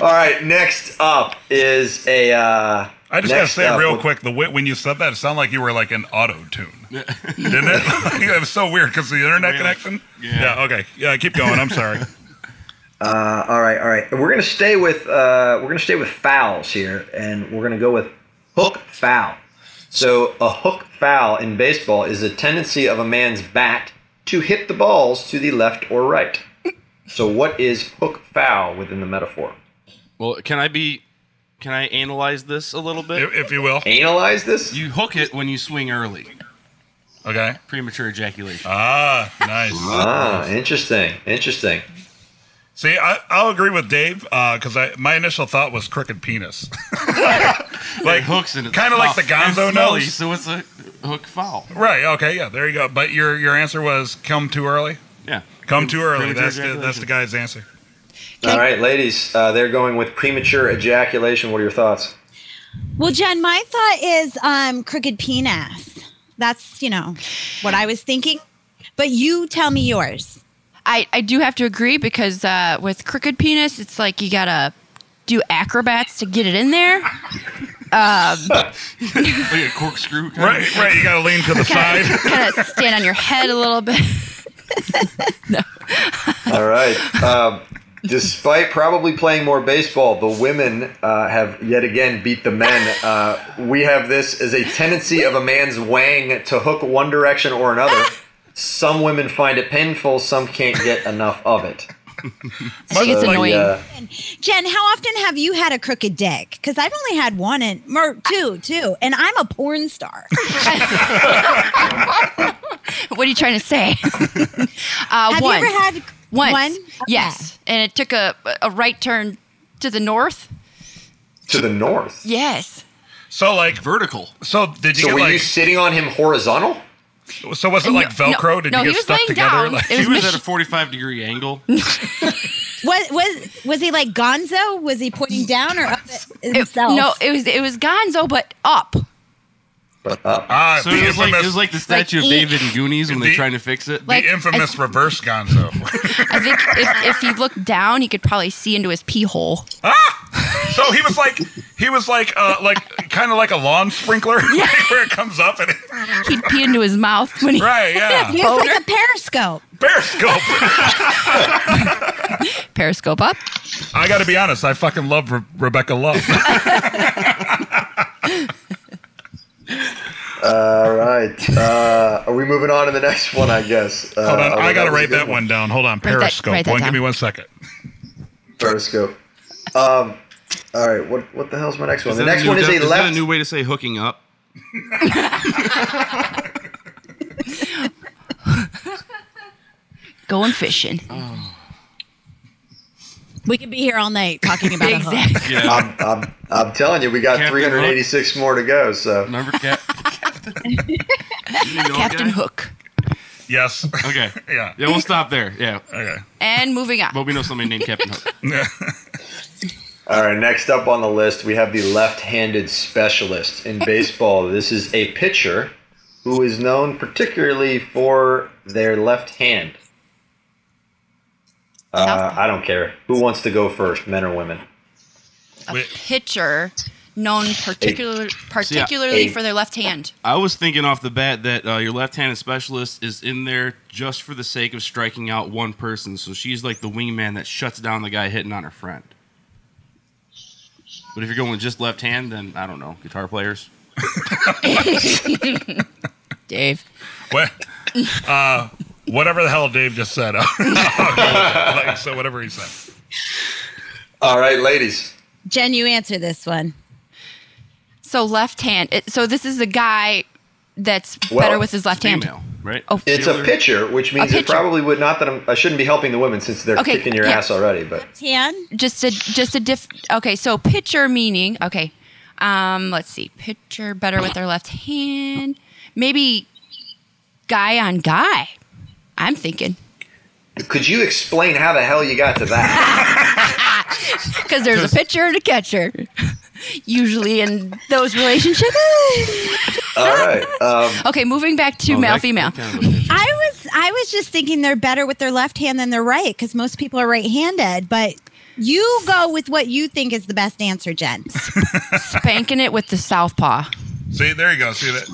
S4: All right, next up is a. Uh,
S2: I just gotta
S4: next
S2: say
S4: up-
S2: real quick, the way, when you said that, it sounded like you were like an auto tune, [laughs] didn't it? [laughs] Like, it was so weird because the internet
S3: Really?
S2: connection.
S3: Yeah.
S2: Okay. Yeah. Keep going. I'm [laughs] sorry.
S4: Uh, all right, all right. We're going to stay with uh, we're going to stay with fouls here, and we're going to go with hook foul. So a hook foul in baseball is a tendency of a man's bat to hit the balls to the left or right. So what is hook foul within the metaphor?
S3: Well, can I be? Can I analyze this a little bit?
S2: if, if you will.
S4: Analyze this.
S3: you hook it when you swing early.
S2: Okay.
S3: Premature ejaculation.
S2: Ah, nice.
S4: Ah, interesting. Interesting.
S2: See, I, I'll agree with Dave because I my initial thought was crooked penis, [laughs] like
S3: hooks in it.
S2: kind of like the Gonzo nose.
S3: So it's a hook foul.
S2: Right. Okay. Yeah. There you go. But your your answer was come too early.
S3: Yeah.
S2: Come too early.
S3: Premature
S2: That's the, that's
S3: ejaculation.
S2: the guy's answer.
S4: All right, ladies, uh, they're going with premature ejaculation. What are your thoughts?
S6: Well, Jen, my thought is um, crooked penis. That's, you know, what I was thinking. But you tell me yours.
S7: I, I do have to agree because uh, with crooked penis, it's like you gotta do acrobats to get it in there.
S3: Like a corkscrew. Kind
S2: Right. Right. You got to lean to the side. [laughs]
S7: kind of stand on your head a little bit. [laughs]
S4: All right. Uh, despite probably playing more baseball, the women uh, have yet again beat the men. Uh, we have this as a tendency of a man's wang to hook one direction or another. Some women find it painful, some can't get enough of it. uh,
S7: I think it's
S4: So,
S7: annoying.
S4: yeah.
S6: Jen, how often have you had a crooked dick? Because I've only had one and or two, two, and I'm a porn
S7: [laughs]
S6: star.
S7: What are you trying to say? [laughs] uh,
S6: Have
S7: once.
S6: you ever had
S7: once?
S6: one?
S7: Yes, and it took a a right turn to the north.
S4: To the north.
S7: Yes.
S2: So like.
S3: vertical.
S2: So did you
S4: So were
S2: get
S4: you
S2: like?
S4: sitting on him horizontal?
S2: So was it like
S7: No, no,
S2: Velcro? did
S7: no,
S2: you
S7: he
S2: get
S7: was
S2: stuck
S7: laying
S2: together?
S7: down.
S2: Like,
S7: It
S3: He
S7: was
S3: was at
S7: Mich-
S3: a 45 degree angle.
S6: Was was was he like Gonzo? Was he pointing down or up
S7: It-
S6: himself?
S7: no, it was it was Gonzo, but up.
S4: But up.
S2: ah,
S3: So
S2: the
S3: it was, like, it
S2: infamous-
S3: was like the statue of
S7: eat-
S3: David and Goonies when they're
S2: The-
S3: trying to fix it.
S7: like-
S2: the infamous reverse Gonzo. [laughs]
S7: I think if, if he looked down, he could probably see into his pee hole.
S2: so he was like he was like uh like kind of like a lawn sprinkler [laughs] like where it comes up and it,
S7: He'd pee into his mouth when he.
S2: right yeah
S6: He was like a periscope.
S2: periscope.
S7: Periscope up.
S2: I got to be honest, I fucking love Re- Rebecca Love.
S4: All right. Uh, are we moving on to the next one, I guess? Uh,
S2: Hold on,
S4: although
S2: I got to
S4: was a
S2: write
S4: good
S2: that one down. Hold on,
S7: Write that-
S2: Periscope.
S7: write that
S2: one, give
S7: down.
S2: me one second.
S4: Periscope. Um, all right, what what the hell's my next one? The
S3: that
S4: next
S3: new
S4: one is
S3: de-
S4: a
S3: that
S4: left.
S3: a new way to say hooking up?
S7: Going fishing.
S6: We could be here all night talking about a hook.
S7: exactly.
S3: Yeah.
S4: I'm, I'm, I'm telling you, we got
S3: Captain
S4: 386 more to go. So
S3: Remember [laughs] Cap- Captain? You know
S7: Captain
S3: guy?
S7: Hook.
S2: Yes.
S3: [laughs] Okay.
S2: Yeah.
S3: Yeah, we'll stop there. Yeah.
S2: Okay.
S7: And moving on.
S3: But we know somebody named Captain
S7: [laughs]
S3: Hook.
S4: all right, next up on the list we have the left-handed specialist in baseball. This is a pitcher who is known particularly for their left hand. Uh, I don't care who wants to go first, men or women.
S2: Wait,
S7: Pitcher known particular, particularly
S4: Eight.
S7: for their left hand.
S3: I was thinking off the bat that uh, your left-handed specialist is in there just for the sake of striking out one person. So she's like the wingman that shuts down the guy hitting on her friend. But if you're going with just left hand, then I don't know, guitar players.
S7: Dave.
S2: what? Uh, whatever the hell Dave just said. [laughs] Like, so whatever he said.
S4: All right, ladies.
S6: Jen, you answer this one.
S7: So left hand. It, so this is the guy that's
S4: Well,
S7: better with his left hand.
S3: Female, right?
S7: Oh,
S4: It's a pitcher, which means it
S7: pitcher.
S4: probably would not that I'm, I shouldn't be helping the women since they're
S7: Okay,
S4: kicking your
S7: yeah.
S4: ass already. But
S6: Tan?
S7: just a just a diff. Okay, so pitcher meaning. Okay, um, let's see. Pitcher better with their left hand. Maybe guy on guy. I'm thinking
S4: could you explain how the hell you got to that?
S7: [laughs] because there's a pitcher and a catcher. [laughs] Usually in
S3: [laughs]
S7: those relationships.
S4: All right. Um,
S7: Okay, moving back to
S3: Oh,
S7: male
S3: that-
S7: female.
S3: that kind of a pitcher.
S6: I was I was just thinking they're better with their left hand than their right because most people are right-handed. But you go with what you think is the best answer, Jen.
S7: Spanking it with the southpaw.
S2: See, there you go. See that.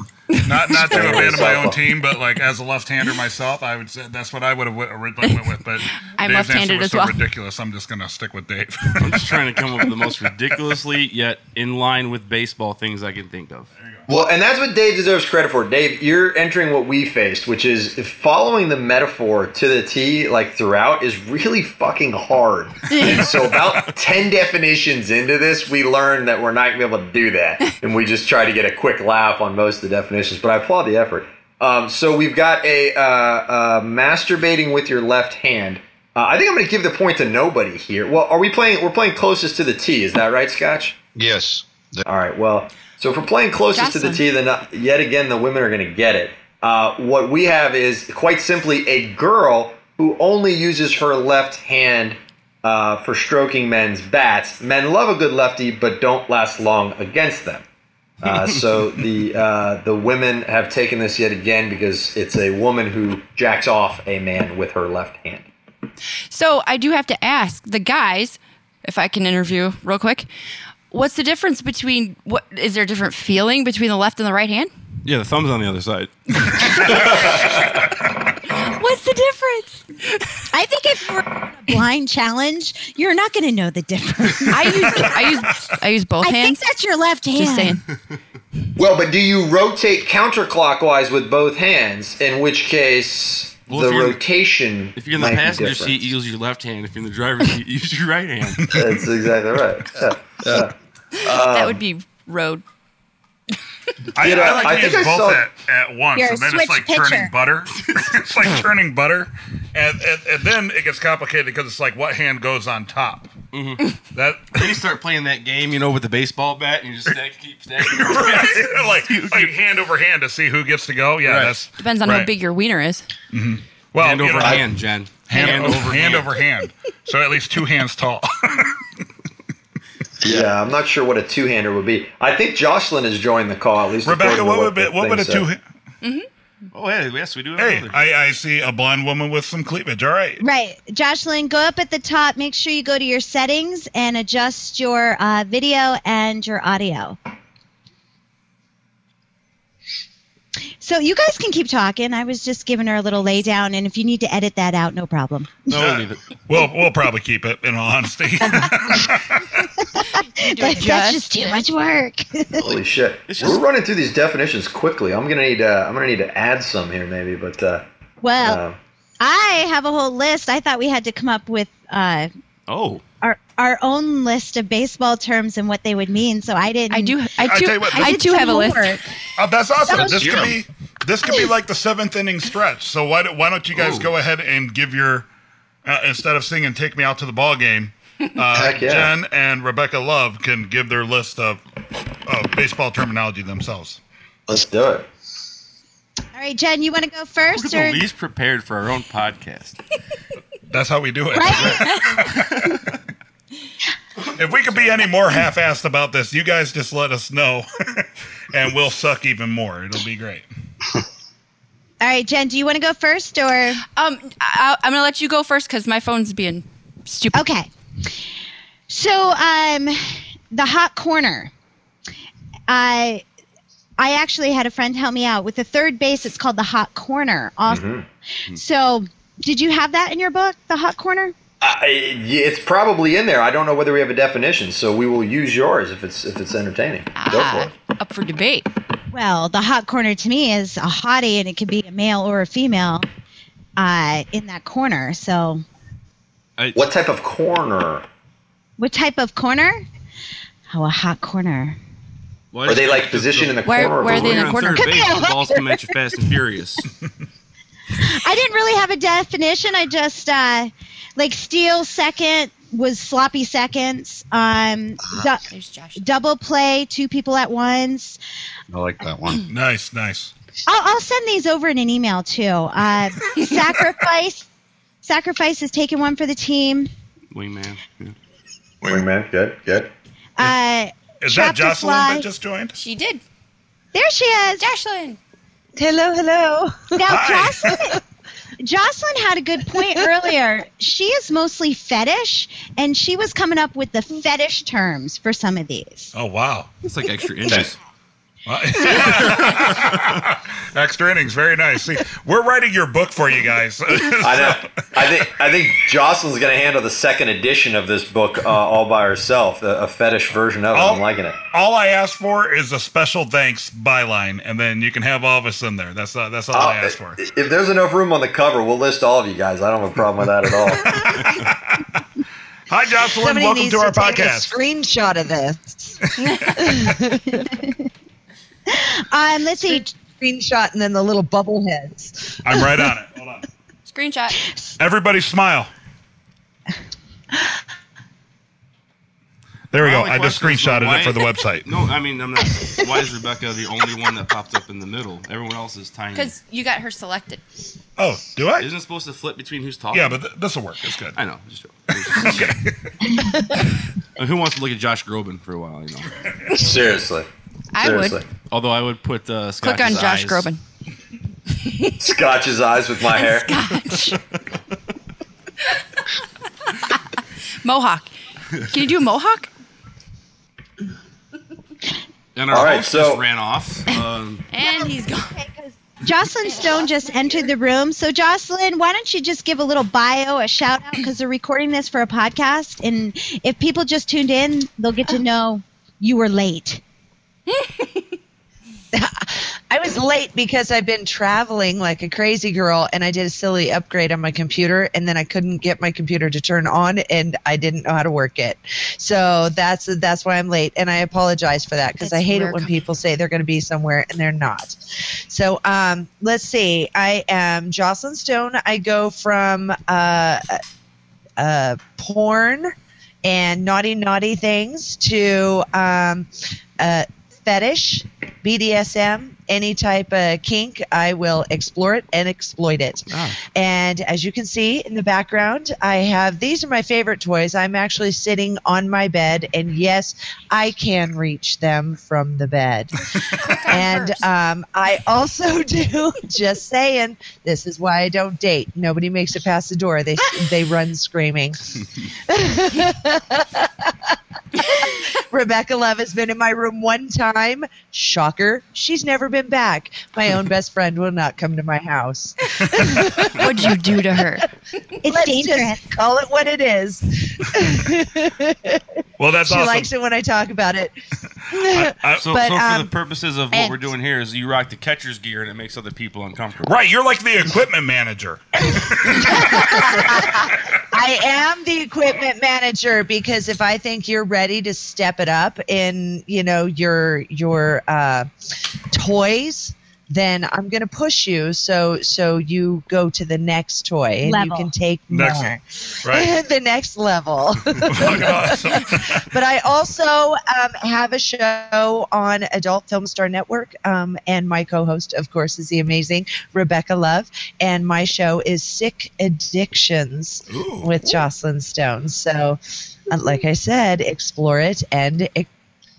S2: Not not to abandon my own
S4: Softball.
S2: team, but like as a left-hander myself, I would say that's what I would have wi- originally went with. But
S7: I'm
S2: Dave's answer
S7: left-handed
S2: was
S7: as
S2: so
S7: well.
S2: ridiculous. I'm just gonna stick with Dave. [laughs]
S3: I'm just trying to come up with the most ridiculously yet in line with baseball things I can think of.
S4: well, and that's what Dave deserves credit for. Dave, you're entering what we faced, which is following the metaphor to the T, like throughout, is really fucking hard. And so, about 10 definitions into this, we learned that we're not going to be able to do that. And we just try to get a quick laugh on most of the definitions. But I applaud the effort. Um, so we've got a uh, uh, masturbating with your left hand. Uh, I think I'm going to give the point to nobody here. Well, are we playing? We're playing closest to the T. Is that right, Scotch?
S5: Yes. The-
S4: All right. Well, so if we're playing closest to the
S7: Jocelyn.
S4: T, then uh, yet again the women are going to get it. Uh, what we have is quite simply a girl who only uses her left hand uh, for stroking men's bats. Men love a good lefty, but don't last long against them. Uh, so the uh, the women have taken this yet again because it's a woman who jacks off a man with her left hand.
S7: So I do have to ask the guys, if I can interview real quick, what's the difference between what is there a different feeling between the left and the right hand?
S3: Yeah, the thumb's on the other side.
S7: [laughs] What's the difference?
S6: I think if we're on a blind challenge, you're not going to know the
S7: [laughs]
S6: difference.
S7: I use I use I use both
S6: I think
S7: hands.
S6: that's your left hand.
S7: Just saying.
S4: Well, but do you rotate counterclockwise with both hands? In which case,
S3: Well,
S4: the
S3: if you're in-
S4: rotation.
S3: If you're in the
S4: might be
S3: passenger
S4: different.
S3: seat,
S4: [laughs]
S3: you E use your left hand. If you're in the driver's seat, you use your
S2: [laughs]
S3: right hand.
S4: That's exactly right. Yeah.
S2: Um,
S7: that would be road.
S2: I,
S4: You know,
S2: I like to
S4: I
S2: use
S4: think
S2: both
S4: I saw-
S2: at, at once,
S6: You're a
S2: and then
S6: switch
S2: it's like
S6: pitcher.
S2: turning
S6: [laughs]
S2: butter. [laughs] it's like turning butter, and, and and then it gets complicated because it's like what hand goes on top.
S4: Mm-hmm.
S2: [laughs]
S4: [laughs]
S2: That
S3: Then you start playing that game, you know, with the baseball bat, and you just stack, keep stacking. your bats.
S2: like like hand over hand to see who gets to go. Yeah,
S3: Right.
S2: that's
S7: Depends on how
S2: right.
S7: big your wiener is.
S2: [laughs] well,
S3: hand
S2: you
S3: over
S2: know,
S3: hand, Jen.
S2: hand, over hand, over hand. So at least two hands tall. [laughs]
S4: Yeah. I'm not sure what a two-hander would be. I think Jocelyn has joined the call. At least
S2: Rebecca,
S4: according to
S2: what would be,
S4: the
S2: what would a
S4: thing
S2: two?
S4: said.
S3: Oh, hey, yes, we do. Have
S2: Hey,
S3: another.
S2: I, I see a blonde woman with some cleavage. All right.
S6: Right. Jocelyn, go up at the top. Make sure you go to your settings and adjust your uh, video and your audio. So you guys can keep talking. I was just giving her a little lay down, and if you need to edit that out, no problem.
S3: no, we'll leave it.
S2: We'll we'll probably keep it in all
S6: [laughs]
S2: honesty.
S6: Uh,
S7: You
S6: But
S7: do
S6: that's
S7: adjust
S6: just too
S7: it.
S6: much work.
S4: Holy shit! We're running through these definitions quickly. I'm gonna need uh, I'm gonna need to add some here maybe, but uh,
S6: [laughs] well,
S4: uh,
S6: I have a whole list. I thought we had to come up with uh,
S3: Oh,
S6: our our own list of baseball terms and what they would mean. So I didn't.
S7: I do I
S2: I
S7: do
S2: tell you what,
S7: I
S2: this-
S7: do
S6: some
S7: have a list.
S6: homework.
S2: Oh, that's awesome.
S6: That was
S2: this could
S5: Yeah.
S2: be this could be like the seventh inning stretch. So why don't, why don't you guys
S3: Ooh.
S2: go ahead and give your uh, instead of singing "Take Me Out to the Ball Game," uh,
S4: Heck yeah.
S2: Jen and Rebecca Love can give their list of, of baseball terminology themselves.
S4: let's do it.
S6: All right, Jen, you want to go
S3: we're
S6: first?
S3: the
S6: Or,
S3: least prepared for our own podcast.
S2: That's how we do it.
S6: right?
S2: If we could be any more half-assed about this, you guys just let us know, [laughs] and we'll suck even more. It'll be great.
S6: All right, Jen, do you want to go first or?
S7: Um, I, I'm gonna let you go first because my phone's being stupid.
S6: Okay. So, um, the hot corner. I I actually had a friend help me out with the third base. It's called the hot corner. Also, so did you have that in your book, the hot corner?
S4: I, yeah, it's probably in there. I don't know whether we have a definition, so we will use yours if it's if it's entertaining. Go
S7: Ah,
S4: for it.
S7: up for debate.
S6: Well, the hot corner to me is a hottie, and it could be a male or a female uh, in that corner. So,
S3: I,
S4: What type of corner?
S6: what type of corner? Oh, a hot corner.
S3: why
S4: Are
S3: does
S4: they like
S3: the-
S4: positioned in the
S7: Where-
S4: corner? or
S7: where are they in
S3: We're
S7: the
S3: on
S7: corner?
S3: third base, the balls come at you fast and furious.
S6: I didn't really have a definition. I just uh, like steal second was sloppy seconds. Um, du-
S7: There's Josh.
S6: double play, two people at once.
S5: I like
S2: [laughs]
S5: that one.
S2: Nice, nice.
S6: I'll, I'll send these over in an email too. Uh, sacrifice, sacrifice is taking one for the team.
S3: Wingman. Yeah.
S4: Wingman, good, good.
S6: Uh,
S2: Is
S6: Trap
S2: that
S6: to
S2: Jocelyn
S6: fly.
S2: that just joined?
S7: She did.
S6: there she is.
S7: Jocelyn.
S9: Hello, hello.
S6: Now,
S2: Hi.
S6: Jocelyn, Jocelyn had a good point earlier. She is mostly fetish, and she was coming up with the fetish terms for some of these.
S2: Oh wow.
S3: It's like extra inches.
S2: Extra innings, very nice. See, we're writing your book for you guys.
S4: I know.
S2: [laughs]
S4: I think I think Jocelyn's going to handle the second edition of this book uh, all by herself, a, a fetish version of it. I'm
S2: Oh.
S4: liking it.
S2: all I ask for is a special thanks byline, and then you can have all of us in there. That's uh, that's all I
S4: Uh,
S2: ask for.
S4: If there's enough room on the cover, we'll list all of you guys. I don't have a problem with that at
S2: [laughs]
S4: all.
S2: Hi, Jocelyn.
S9: Somebody
S2: Welcome
S9: needs
S2: to our
S9: take
S2: podcast.
S9: a screenshot of this.
S6: [laughs] Um, let's see.
S9: screenshot and then the little bubble heads.
S2: I'm right on it. Hold on. Hmm.
S7: Screenshot.
S2: Everybody smile. There we
S3: My
S2: go.
S3: only
S2: I just
S3: question is, like,
S2: screenshotted
S3: why-
S2: it for the
S3: [laughs]
S2: website.
S3: No, I mean, I'm not. Why is Rebecca the only one that popped up in the middle? Everyone else is tiny.
S7: Because you got her selected.
S2: Oh, do I?
S3: Isn't it supposed to flip between who's talking?
S2: Yeah, but th- this will work. It's good.
S3: I know. Just, [laughs] okay. who wants to look at Josh Groban for a while? You know.
S4: Seriously.
S7: I
S4: Seriously.
S7: would
S3: Although I would put uh,
S7: click on
S3: Scotch's
S7: Josh
S3: eyes-
S7: Groban.
S4: Scotch's eyes with
S7: [laughs]
S4: my hair.
S7: Mohawk. Can you do a mohawk?
S3: And our
S4: All right,
S3: host
S4: so-
S3: just ran off. Um,
S7: And he's gone.
S6: Jocelyn Stone just entered the room. So, Jocelyn, why don't you just give a little bio, a shout out, because they're recording this for a podcast. And if people just tuned in, they'll get to know you were late.
S9: I was late because I've been traveling like a crazy girl and I did a silly upgrade on my computer and then I couldn't get my computer to turn on and I didn't know how to work it. So that's that's why I'm late and I apologize for that because I
S7: That's
S9: hate
S7: where
S9: it when
S7: com-
S9: people say they're going to be somewhere and they're not. So um, let's see. I am Jocelyn Stone. I go from uh, uh, porn and naughty naughty things to um, uh, fetish, BDSM, any type of kink. I will explore it and exploit it. And as you can see in the background, I have these are my favorite toys. I'm actually sitting on my bed, and yes, I can reach them from the bed. and
S7: first.
S9: um, I also [laughs] do. Just saying, this is why I don't date. Nobody makes it past the door. They they run screaming. [laughs] Rebecca Love has been in my room one time. Shocker. She's never been back. My own best friend will not come to my house.
S7: What'd you do to her?
S6: It's
S9: Let's
S6: dangerous.
S9: just call it what it is.
S2: Well, that's
S9: she
S2: awesome.
S9: likes it when I talk about it.
S2: I-
S3: so,
S9: But,
S3: so for
S9: um,
S3: the purposes of what
S9: and-
S3: we're doing here is you rock the catcher's gear and it makes other people uncomfortable.
S2: right, you're like the equipment
S9: [laughs]
S2: manager.
S9: I am the equipment manager because if I think you're ready to step it up in, you know, your your uh, toys, then I'm going to push you so so you go to the next toy and
S6: Level.
S9: you can take
S2: Next-
S9: more.
S2: Right.
S9: [laughs] the next level.
S2: Fucking awesome.
S9: but I also um, have a show on Adult Film Star Network, um, and my co-host, of course, is the amazing Rebecca Love, and my show is Sick Addictions
S2: Ooh.
S9: with Jocelyn Stone. So, uh, like I said, explore it and. ex-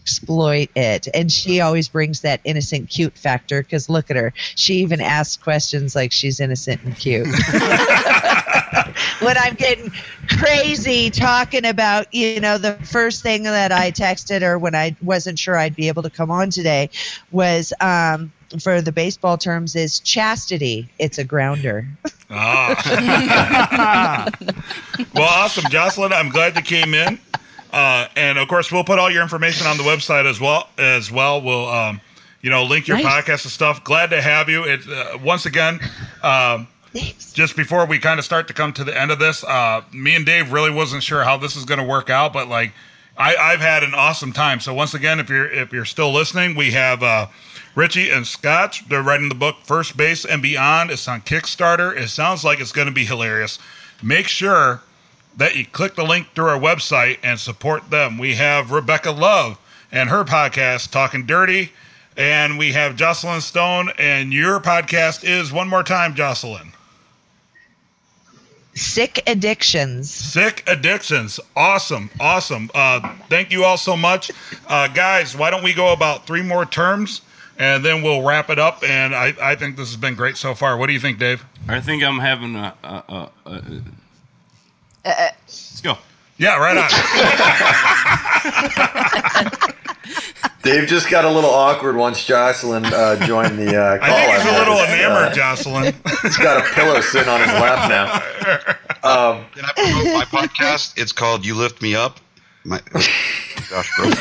S9: Exploit it, and she always brings that innocent, cute factor. Because look at her; she even asks questions like she's innocent and cute when I'm getting crazy talking about, you know, the first thing that I texted her when I wasn't sure I'd be able to come on today was um, for the baseball terms is chastity. It's a grounder.
S2: Ah. well, awesome, Jocelyn. I'm glad you came in, uh, and of course, we'll put all your information on the website as well. As well, we'll um, you know link your
S9: Nice.
S2: podcast and stuff. Glad to have you. It uh, once again. Um, just before we kind of start to come to the end of this, uh, me and Dave really wasn't sure how this is going to work out, but like I, I've had an awesome time. So once again, if you're if you're still listening, we have uh, Richie and Scotch. They're writing the book First Base and Beyond. It's on Kickstarter. It sounds like it's going to be hilarious. Make sure that you click the link through our website and support them. We have Rebecca Love and her podcast, Talking Dirty. And we have Jocelyn Stone, and your podcast is one more time, Jocelyn.
S9: Sick addictions.
S2: Sick addictions. Awesome. Awesome. Uh, thank you all so much. Uh, guys, why don't we go about three more terms and then we'll wrap it up? And I, I think this has been great so far. What do you think, Dave?
S3: I think I'm having a. a, a, a, a- Let's go.
S2: Yeah, right on.
S4: Dave just got a little awkward once Jocelyn uh, joined the uh, [laughs]
S2: [laughs]
S4: call.
S2: I think he's a little
S4: Uh,
S2: enamored, Jocelyn.
S4: he's got a pillow sitting on his lap now. Um,
S5: Can I promote my podcast? It's called "You Lift Me Up." My, [laughs] Josh Groban.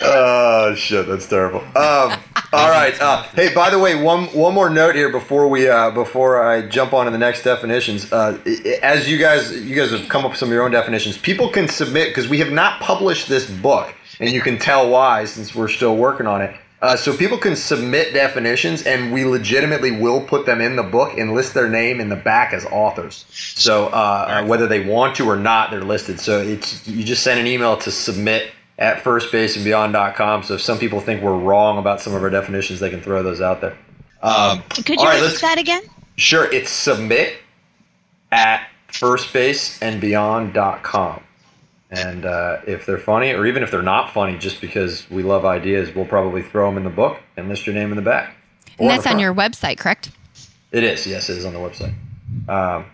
S4: Oh shit, that's terrible. Um, All right. Uh, hey, by the way, one one more note here before we uh, before I jump on to the next definitions. Uh, i- i- as you guys you guys have come up with some of your own definitions, people can submit because we have not published this book, and you can tell why since we're still working on it. Uh, so people can submit definitions, and we legitimately will put them in the book and list their name in the back as authors. So uh, uh, whether they want to or not, they're listed. So it's you just send an email to submit at firstbaseandbeyond.com. So if some people think we're wrong about some of our definitions, they can throw those out there. Um,
S6: Could
S4: all
S6: you
S4: right,
S6: repeat
S4: let's-
S6: that again?
S4: sure, it's submit at firstbaseandbeyond.com. And uh, if they're funny, or even if they're not funny, just because we love ideas, we'll probably throw them in the book and list your name in the back. Or in
S7: And that's
S4: the
S7: on
S4: front.
S7: your website, correct?
S4: It is. Yes, it is on the website. Um,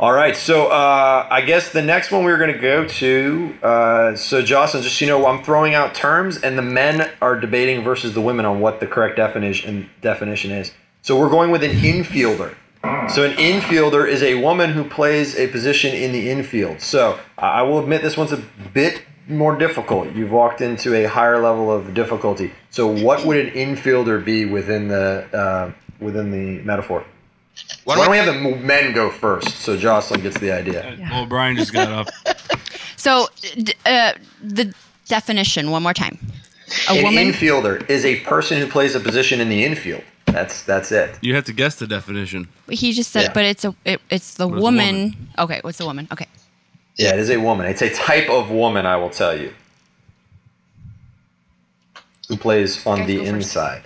S4: all right. So uh, I guess the next one we were going to go to. Uh, so Jocelyn, just so you know, I'm throwing out terms, and the men are debating versus the women on what the correct definition definition is. So we're going with an infielder. So an infielder is a woman who plays a position in the infield. So I I will admit this one's a bit more difficult. You've walked into a higher level of difficulty. So what would an infielder be within the uh, within the metaphor? Why don't we have the men go first so Jocelyn gets the idea?
S3: Well, Brian just got [laughs] up.
S7: So, d- uh, the definition one more time. A
S4: An
S7: woman.
S4: infielder is a person who plays a position in the infield. That's that's it.
S10: You have to guess the definition.
S7: he just said,
S4: Yeah.
S7: but it's a it, it's the
S10: But it's a
S7: woman. Okay, what's the woman? Okay.
S4: Yeah, it is a woman. It's a type of woman, I will tell you, who plays on
S7: Guys,
S4: the
S7: go first.
S4: inside.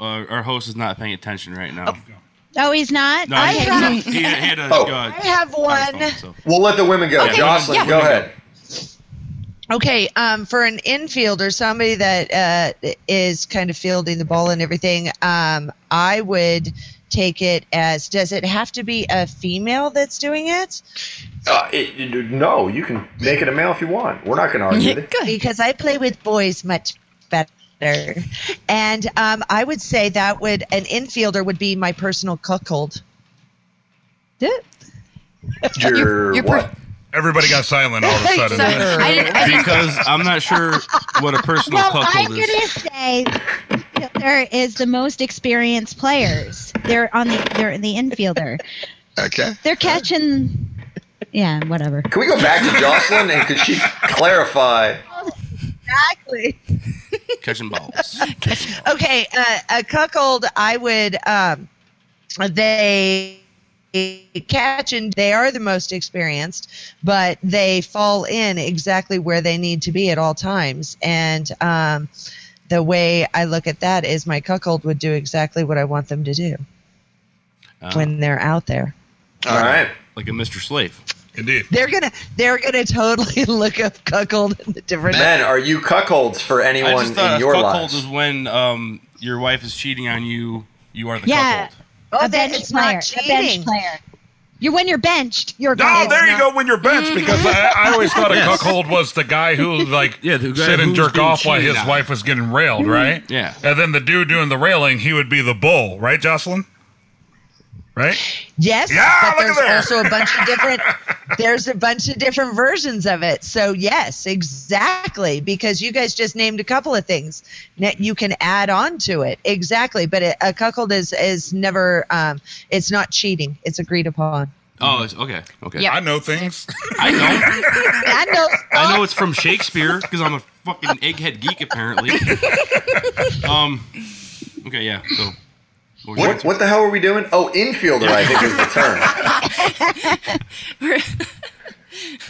S3: Uh, our host is not paying attention right now.
S6: Oh, he's not.
S3: No,
S6: I
S3: he,
S6: have,
S3: he, he had a
S4: Oh.
S9: I have one.
S3: iPhone, so.
S4: We'll let the women go.
S7: Okay,
S4: Jocelyn,
S7: yeah.
S4: go ahead.
S9: Okay, um, for an infielder, somebody that uh, is kind of fielding the ball and everything, um, I would take it as does it have to be a female that's doing it?
S4: Uh, it, it- no, you can make it a male if you want. We're not going to argue with it.
S7: [laughs] Good.
S9: Because I play with boys much better. And um, I would say that would an infielder would be my personal cuckold.
S4: You're,
S7: you're per-
S4: what?
S2: Everybody got silent all of a
S7: So,
S2: sudden.
S7: I didn't, I didn't,
S4: [laughs]
S3: Because I'm not sure what a personal
S6: well, I'm
S3: cuckold
S6: gonna
S3: is.
S6: say there is the most experienced players. They're on the they're in the infielder.
S10: Okay.
S6: They're catching. Yeah, whatever.
S4: Can we go back to Jocelyn and could she clarify?
S9: Exactly.
S3: Catching balls.
S9: Okay, uh, a cuckold, I would. Um, they catch and they are the most experienced, but they fall in exactly where they need to be at all times. And um, the way I look at that is my cuckold would do exactly what I want them to do
S3: Uh,
S9: when they're out there.
S4: All right.
S3: like a Mr. Slave.
S2: Indeed.
S9: They're gonna they're gonna totally [laughs] look up cuckold in the different.
S4: Men, are you cuckolds for
S3: I
S4: anyone
S3: just thought
S4: in
S3: a
S4: your
S3: cuckold
S4: lives?
S3: is when um, your wife is cheating on you. You are the
S6: Yeah.
S3: cuckold.
S9: oh,
S6: a
S9: then
S6: bench
S9: it's
S6: player.
S9: not
S6: A bench
S9: cheating.
S6: player. You when you're benched, you're.
S2: Oh,
S6: benched.
S2: there you go. When you're
S10: Mm-hmm.
S2: benched, because I, I always
S10: [laughs]
S2: thought a cuckold was the guy who like
S10: Yeah, the guy
S2: sit and
S10: who's
S2: jerk
S10: being
S2: off while
S10: cheated
S2: his
S10: on. Mm-hmm.
S2: wife was getting railed, right?
S3: Yeah.
S2: And then the dude doing the railing, he would be the bull, right, Jocelyn? Right?
S9: Yes,
S2: Yeah,
S9: but
S2: look at
S9: there's
S2: there.
S9: also a bunch
S2: [laughs]
S9: of different there's a bunch of different versions of it. So yes, exactly, because you guys just named a couple of things that you can add on to it. Exactly, but it, a cuckold is is never um, it's not cheating. It's agreed upon.
S10: Oh, it's, okay. Okay.
S7: Yeah.
S2: I know things.
S3: I know.
S4: [laughs]
S9: I know.
S3: I know it's from Shakespeare because I'm a fucking egghead geek
S4: [laughs]
S3: apparently. um. Okay. Yeah. So. what was your
S4: What, what the hell are we doing? Oh, infielder, I think is the term.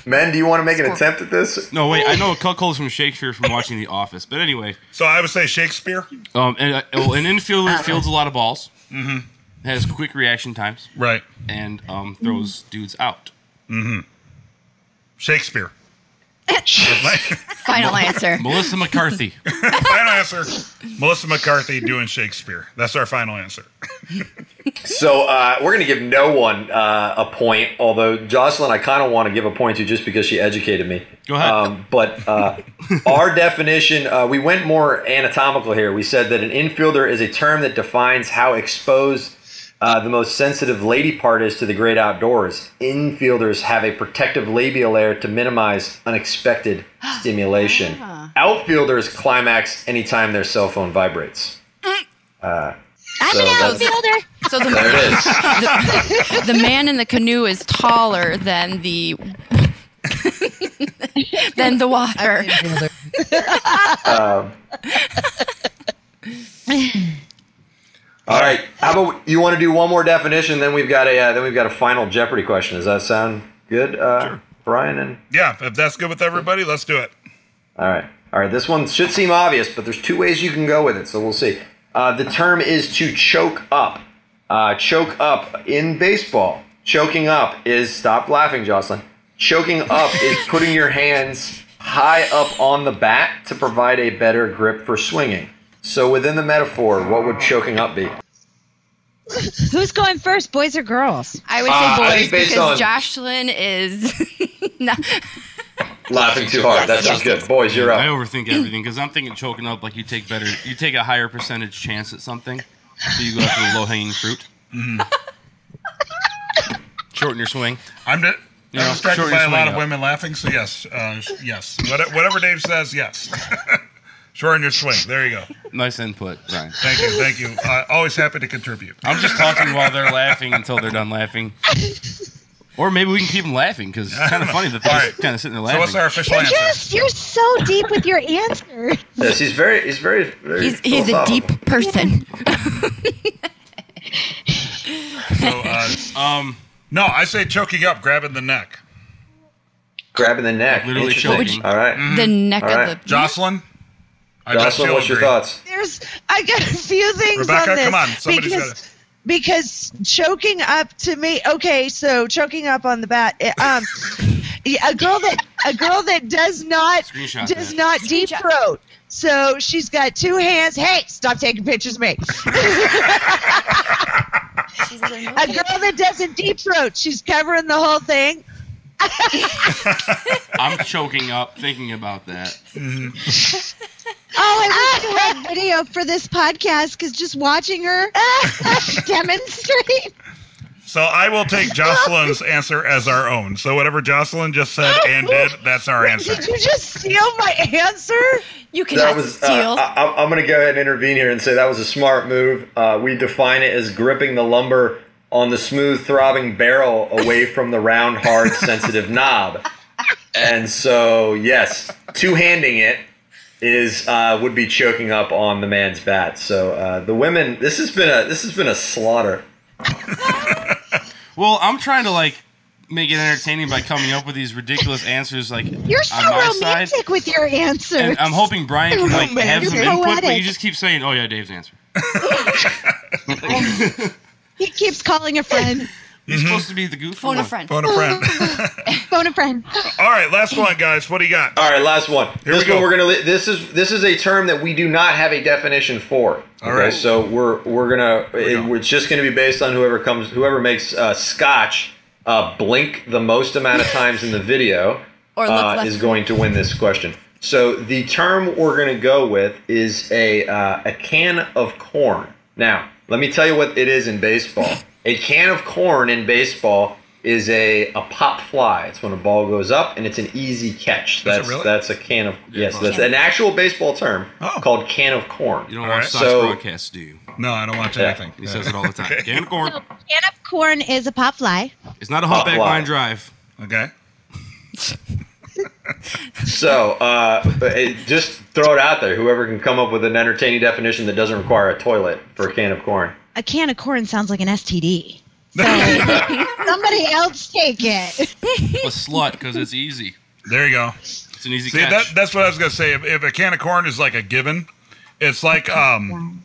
S4: Men, do you want to make an attempt at this?
S3: No, wait. I know a cuckold is from Shakespeare from watching The Office, but anyway,
S2: so I would say Shakespeare.
S3: um, and, uh, well, an infielder fields a lot of balls, mm-hmm. has quick reaction times,
S2: Right.
S3: and um, throws dudes out.
S2: Shakespeare.
S7: [laughs] final answer.
S3: Melissa McCarthy.
S2: [laughs] Final answer. Melissa McCarthy doing Shakespeare. That's our final answer.
S4: So uh, we're going to give no one uh, a point, although Jocelyn, I kind of want to give a point to just because she educated me.
S3: Go ahead.
S4: Um,
S3: [laughs]
S4: but uh, our definition, uh, we went more anatomical here. We said that an infielder is a term that defines how exposed uh, the most sensitive lady part is to the great outdoors. Infielders have a protective labial layer to minimize
S6: [gasps]
S4: unexpected
S6: Ah.
S4: stimulation. Outfielders climax anytime their cell phone vibrates. Uh,
S6: Mm. I'm
S4: so
S6: an
S4: that's-
S6: outfielder.
S7: So the,
S4: There it is.
S7: the, the man in the canoe is taller than the [laughs] than the water.
S4: Um, all right. How about you want to do one more definition? Then we've got a uh, then we've got a final Jeopardy question. Does that sound good, uh, Brian? And
S2: Yeah, if that's good with everybody, let's do it.
S4: all right, all right. This one should seem obvious, but there's two ways you can go with it, so we'll see. Uh, the term is to choke up. Uh, choke up in baseball. Choking up is stop laughing, Jocelyn. Choking up is putting your hands high up on the bat to provide a better grip for swinging. So within the metaphor, what would choking up be?
S6: Who's going first, boys or girls?
S7: I would say
S4: Uh, I
S7: boys
S4: think based
S7: because
S4: on-
S7: Jocelyn is [laughs] not,
S4: Laughing too hard. That sounds good. Boys, you're
S3: I
S4: up.
S3: overthink everything because I'm thinking choking up like you take better, you take a higher percentage chance at something, so you go after the low hanging fruit. Mm-hmm. [laughs] Shorten your swing.
S2: I'm, di-
S3: Yeah,
S2: I'm distracted
S3: shorten
S2: by
S3: your
S2: a lot
S3: swing
S2: of
S3: up.
S2: women laughing, so yes, uh, sh- yes. What- Whatever Dave says, yes. [laughs] Shorten your swing. There you go.
S3: Nice input, Brian.
S2: Thank you, thank you. Uh, always happy to contribute.
S3: I'm just talking while they're laughing until they're done laughing. Or maybe we can keep them laughing because it's kind of funny that they're
S2: All
S3: just kind of sitting there
S2: So
S3: laughing.
S2: what's our official
S6: You're
S2: answer?
S6: just you're so deep with your answer.
S4: Yes, he's very, he's very, very.
S7: he's, he's a
S4: philosophical.
S7: deep person. [laughs]
S2: So, uh,
S3: um,
S2: no, I say choking up, grabbing the neck.
S9: Mm-hmm.
S4: grabbing the neck.
S3: Literally
S4: Interesting.
S3: choking.
S4: All right,
S7: The neck
S4: All right.
S7: of the
S2: Jocelyn? I bet
S4: Jocelyn,
S2: she'll
S4: what's your
S2: agree.
S4: thoughts?
S9: [laughs] There's I got a few things
S2: Rebecca,
S9: on this
S2: come on, somebody's
S9: because
S2: gotta-
S9: because choking up to me. Okay, so choking up on the bat. eh, Um, yeah, a girl that a girl that does not
S3: Screenshot
S9: does
S3: that.
S9: not deep throat. So she's got two hands. Hey, stop taking pictures of me. A girl that doesn't deep throat. She's covering the whole thing.
S3: I'm choking up thinking about that.
S9: [laughs]
S6: Oh, I wish we had video for this podcast because just watching
S9: [laughs]
S6: her demonstrate.
S2: So I will take Jocelyn's answer as our own. So whatever Jocelyn just said and did, that's our answer.
S9: Oh, Did you just steal my answer?
S7: You
S4: That
S7: cannot
S4: was. Uh,
S7: steal.
S4: I, I'm- I'm going to go ahead and intervene here and say that was a smart move. Uh, we define it as gripping the lumber on the smooth, throbbing barrel
S7: [laughs]
S4: away from the round, hard, sensitive knob. And so, yes, two-handing it is uh, would be choking up on the man's bat. So uh, the women, this has been a this has been a slaughter.
S3: Well, I'm trying to like make it entertaining by coming up with these ridiculous answers like
S6: You're so
S3: on my
S6: romantic
S3: side.
S6: with your answer.
S3: And I'm hoping Brian can like have some
S6: [laughs] You're
S3: input, but
S6: poetic.
S3: you just keep saying, "Oh yeah, Dave's answer."
S6: he keeps calling a friend.
S3: He's
S2: Mm-hmm.
S3: supposed to be the goofy
S4: uh,
S7: Phone a
S3: one.
S7: friend.
S2: Phone a
S9: [laughs]
S2: friend.
S6: Phone a friend.
S2: All right, last one, guys. What do you got?
S4: All right, last one.
S2: Here
S4: this
S2: we go.
S4: one we're gonna. li- This is this is a term that we do not have a definition for.
S2: All right.
S4: So we're we're gonna.
S2: we
S4: it,
S2: go.
S4: it's just gonna be based on whoever comes, whoever makes uh, Scotch uh, blink the most amount of times in the video
S7: Or look
S4: uh,
S7: left.
S4: is going to win this question. So the term we're gonna go with is a uh, a can of corn. Now let me tell you what it is in baseball. a can of corn in baseball is a, a pop fly. It's when a ball goes up and it's an easy catch.
S2: it
S4: That's
S2: really?
S4: that's a can of yes. That's
S7: Can.
S4: an actual baseball term
S2: Oh.
S4: called can of corn.
S3: You don't
S2: All
S3: watch
S2: right.
S3: Sox
S4: So-
S3: broadcasts, do you?
S2: No, I don't watch
S4: Yeah.
S2: anything.
S3: He says it all the time. Can of corn.
S7: [laughs]
S6: So, can of corn is a pop fly.
S3: It's not a humpback
S4: fly.
S3: line
S7: [laughs]
S3: drive.
S2: Okay.
S4: So uh, but it- just throw it out there. Whoever can come up with an entertaining definition that doesn't require a toilet for a can of corn.
S6: A can of corn sounds like
S2: [laughs]
S6: an STD. So somebody else take it.
S3: A slut because it's easy.
S2: There you go.
S3: It's an easy
S2: See, that,
S3: catch.
S2: that's what I was gonna say. If, if a can of corn is like a given, it's like um,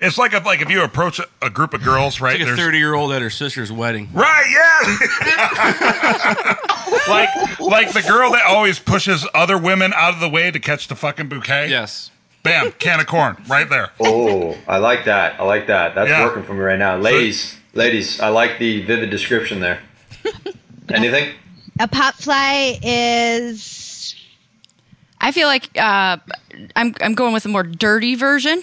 S2: it's like if like if you approach a, a group of girls, right?
S3: like a
S2: There's-
S3: 30 year old at her sister's wedding.
S2: Right, yeah.
S3: [laughs]
S2: like like the girl that always pushes other women out of the way to catch the fucking bouquet.
S3: Yes.
S2: Bam, can of corn, right there.
S4: Oh, I like that. I like that. That's
S2: Yeah.
S4: working for me right now, ladies. ladies, I like the vivid description there. Anything? [laughs]
S6: A pop fly is
S7: I feel like uh, I'm I'm going with a more dirty version.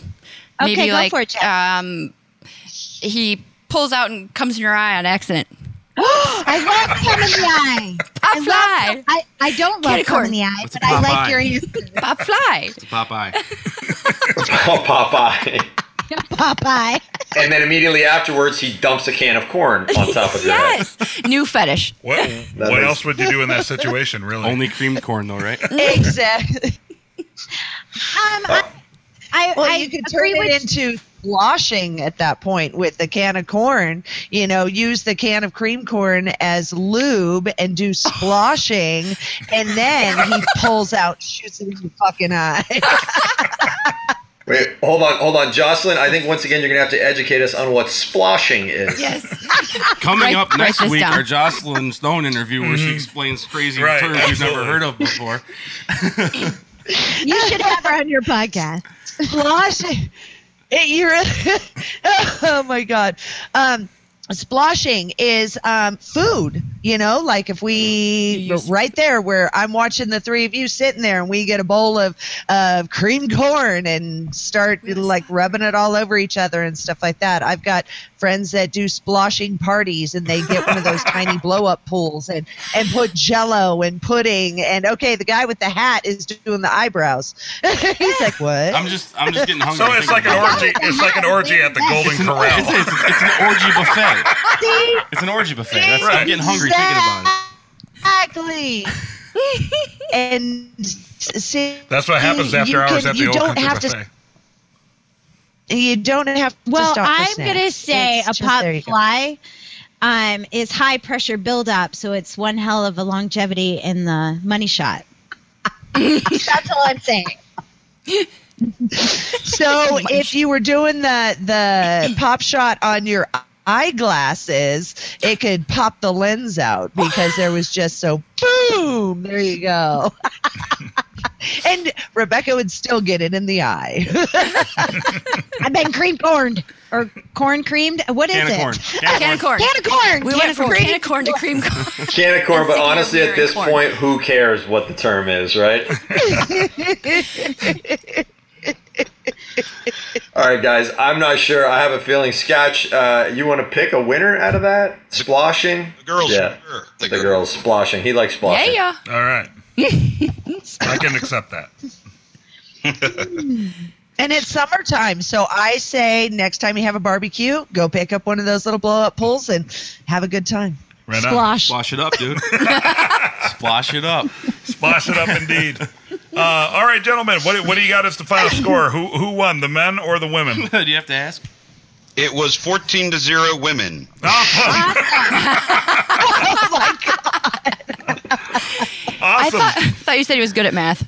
S6: Okay,
S7: Maybe
S6: go
S7: like
S6: for it, Jeff.
S7: um, he pulls out and comes in your eye on accident.
S6: I love cum in the eye.
S7: Pop
S6: I
S7: fly, [laughs]
S6: love I, I don't
S7: Can
S6: love
S7: of
S6: cum in
S7: corn.
S6: the eye,
S3: What's a
S6: but I
S3: pop
S6: like
S3: eye?
S4: [laughs]
S7: [laughs]
S6: your answer.
S7: pop fly.
S3: Popeye.
S4: Oh, Popeye.
S6: Popeye.
S4: And then immediately afterwards, he dumps a can of corn on top of your head.
S7: yes. New fetish.
S2: What,
S4: That
S2: what
S4: is-
S2: else would you do in that situation, really? Only creamed corn, though,
S7: [laughs]
S2: right?
S9: exactly.
S6: Um, I, I,
S9: Well,
S6: I
S9: you could turn
S6: agree
S9: it
S6: with
S9: into sloshing at that point with the can of corn. You know, use the can of cream corn as lube
S6: [laughs]
S9: and do sloshing, and then he pulls out, shoots it in the fucking eye.
S4: Wait, hold on, hold on, Jocelyn. I think once again you're gonna have to educate us on what splashing is.
S7: Yes.
S3: Coming
S7: Write-
S3: up
S7: write
S3: next
S7: this
S3: week,
S7: down.
S3: our Jocelyn Stone interview where she explains crazy
S2: Mm-hmm. Right,
S3: terms
S2: absolutely.
S3: you've never heard of before.
S6: you should have her on your podcast.
S9: Sploshing. It, you're, [laughs] oh my God. Um, splashing is um, food. You know, like if we right there where I'm watching the three of you sitting there, and we get a bowl of of cream corn and start like rubbing it all over each other and stuff like that. I've got friends that do splashing parties, and they get one of those tiny blow up pools and and put Jello and pudding and okay, the guy with the hat is doing the eyebrows. [laughs] He's like, what?
S3: I'm just, I'm just getting hungry.
S2: [laughs] So it's
S3: thinking
S2: like an
S3: about it.
S2: orgy. It's like an orgy at the Golden
S3: It's an, it's,
S2: Corral.
S3: it's- it's an orgy buffet. It's an orgy buffet. That's,
S2: Right.
S3: I'm getting hungry thinking about it.
S9: Exactly. and s- see,
S2: That's what happens
S9: you-
S2: after
S9: you
S2: hours
S9: can-
S2: at the
S9: you
S2: old
S9: don't
S2: country
S9: have
S2: buffet.
S9: To, you don't have. To
S6: Well,
S9: stop for
S6: I'm
S9: snacks.
S6: gonna say
S9: It's
S6: a
S9: just-
S6: pop
S9: there you go.
S6: fly um, is high pressure buildup, so it's one hell of a longevity in the money
S9: [laughs]
S6: shot. That's all I'm saying.
S9: So if you were doing the the pop shot on your eyeglasses, it could pop the lens out because there was just so boom. There you go. [laughs] and Rebecca would still get it in the eye. [laughs]
S6: I've been cream corned or corn creamed. What is
S3: Can of
S6: it?
S3: corn.
S7: Can of corn.
S6: Can of corn.
S7: We
S6: Can
S7: went
S6: of
S7: from
S6: cream.
S7: can of corn to cream corn.
S4: Can of corn, but
S7: Thinking of
S4: honestly, at
S7: wearing
S4: this
S7: corn.
S4: point, who cares what the term is, right? All right, guys. I'm not sure. I have a feeling. Scotch, uh, you want to pick a winner out of that? Splashing.
S5: The girls,
S4: Yeah.
S5: sure.
S4: The girls splashing. He likes
S7: Yeah,
S4: splashing.
S7: yeah.
S2: All
S7: [laughs]
S2: right. I can accept that.
S9: And it's summertime, so I say next time you have a barbecue, go pick up one of those little blow up pools and have a good time.
S2: Right on.
S6: Squash.
S10: Wash it up, dude.
S3: [laughs] Splash it up. [laughs]
S2: Splash it up, indeed. Uh, all right, gentlemen. What, do- what do you got as the final score? Who who won, the men or the women?
S3: Do you have to ask?
S5: It was 14 to 0 women.
S2: Awesome.
S9: oh my God.
S7: I
S2: Awesome.
S7: thought, thought you said he was good at
S4: [laughs]
S7: math.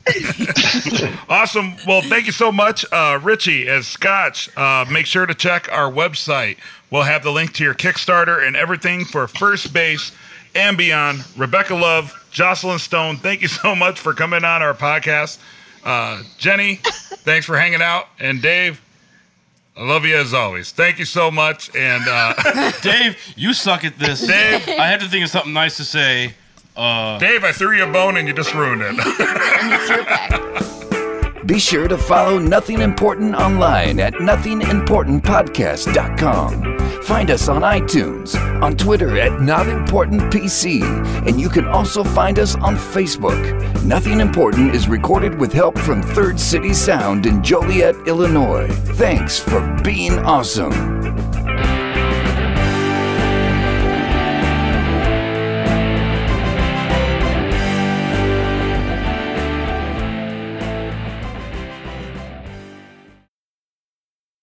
S2: Awesome. Well, thank you so much, uh, Richie, as Scotch. Uh, make sure to check our website. We'll have the link to your Kickstarter and everything for First Base and beyond. Rebecca Love, Jocelyn Stone, thank you [laughs] so much for coming on our podcast. Uh, Jenny, thanks for hanging out. And Dave, I love you as always. Thank you so much. And uh, [laughs]
S3: Dave, you suck at this.
S2: Dave.
S3: I have to think of something nice to say. Uh,
S2: Dave, I threw you a bone and you just ruined it.
S11: Be sure to follow Nothing Important online at nothingimportantpodcast.com. Find us on iTunes, on Twitter at Not Important PC, and you can also find us on Facebook. Nothing Important is recorded with help from Third City Sound in Joliet, Illinois. Thanks for being awesome.